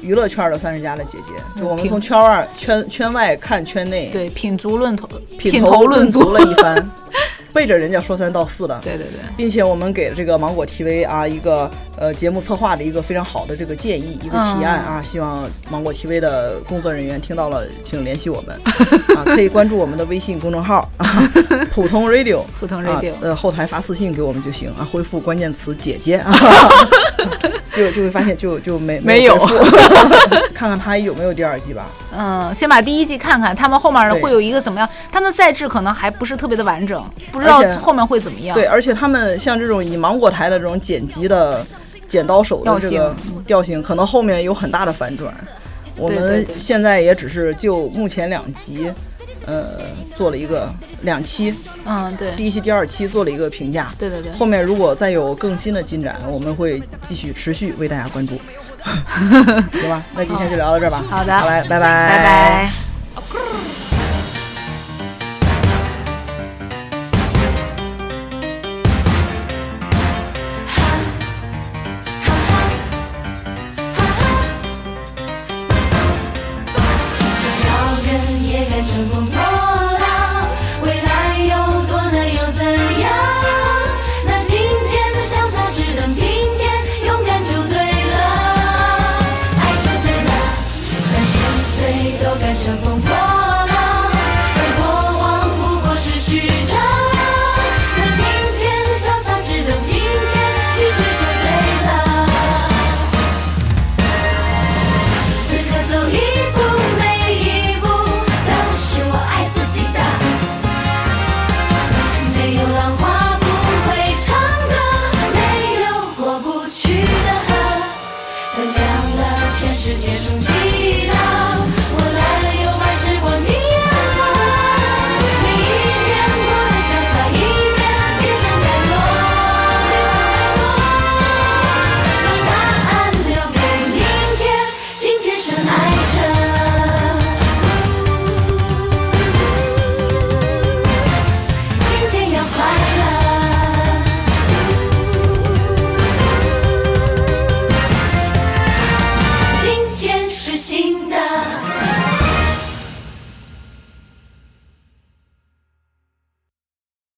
娱乐圈的三十加的姐姐，就我们
评
从圈外圈圈外看圈内，
嗯对品足论头，
品
头
论
足
了一番， 背着人家说三道四的，
对对对，
并且我们给了这个芒果 TV 啊一个呃节目策划的一个非常好的这个建议，一个提案
嗯
啊，希望芒果 TV 的工作人员听到了，请联系我 们啊，可以关注我们的微信公众号啊，普通 Radio，
普通 radio
啊呃后台发私信给我们就行啊，回复关键词姐姐 啊。就就会发现就就没
没有
回 复看看他有没有第二季吧。
嗯，先把第一季看看，他们后面
对
会有一个怎么样？他们的赛制可能还不是特别的完整，不知
而
道
且
后面会怎么样。
对，而且他们像这种以芒果台的这种剪辑的剪刀手的这
调嗯
个调性，可能后面有很大的反转。我
对
们
对
现在也只是就目前两集，呃，做了一个两期，
嗯，对，
第一期、第二期做了一个评价。
对对对。
后面如果再有更新的进展，我们会继续持续 为大家关注，行吧？那今天就聊到这儿吧。
好的
好嘞，拜拜，
拜拜。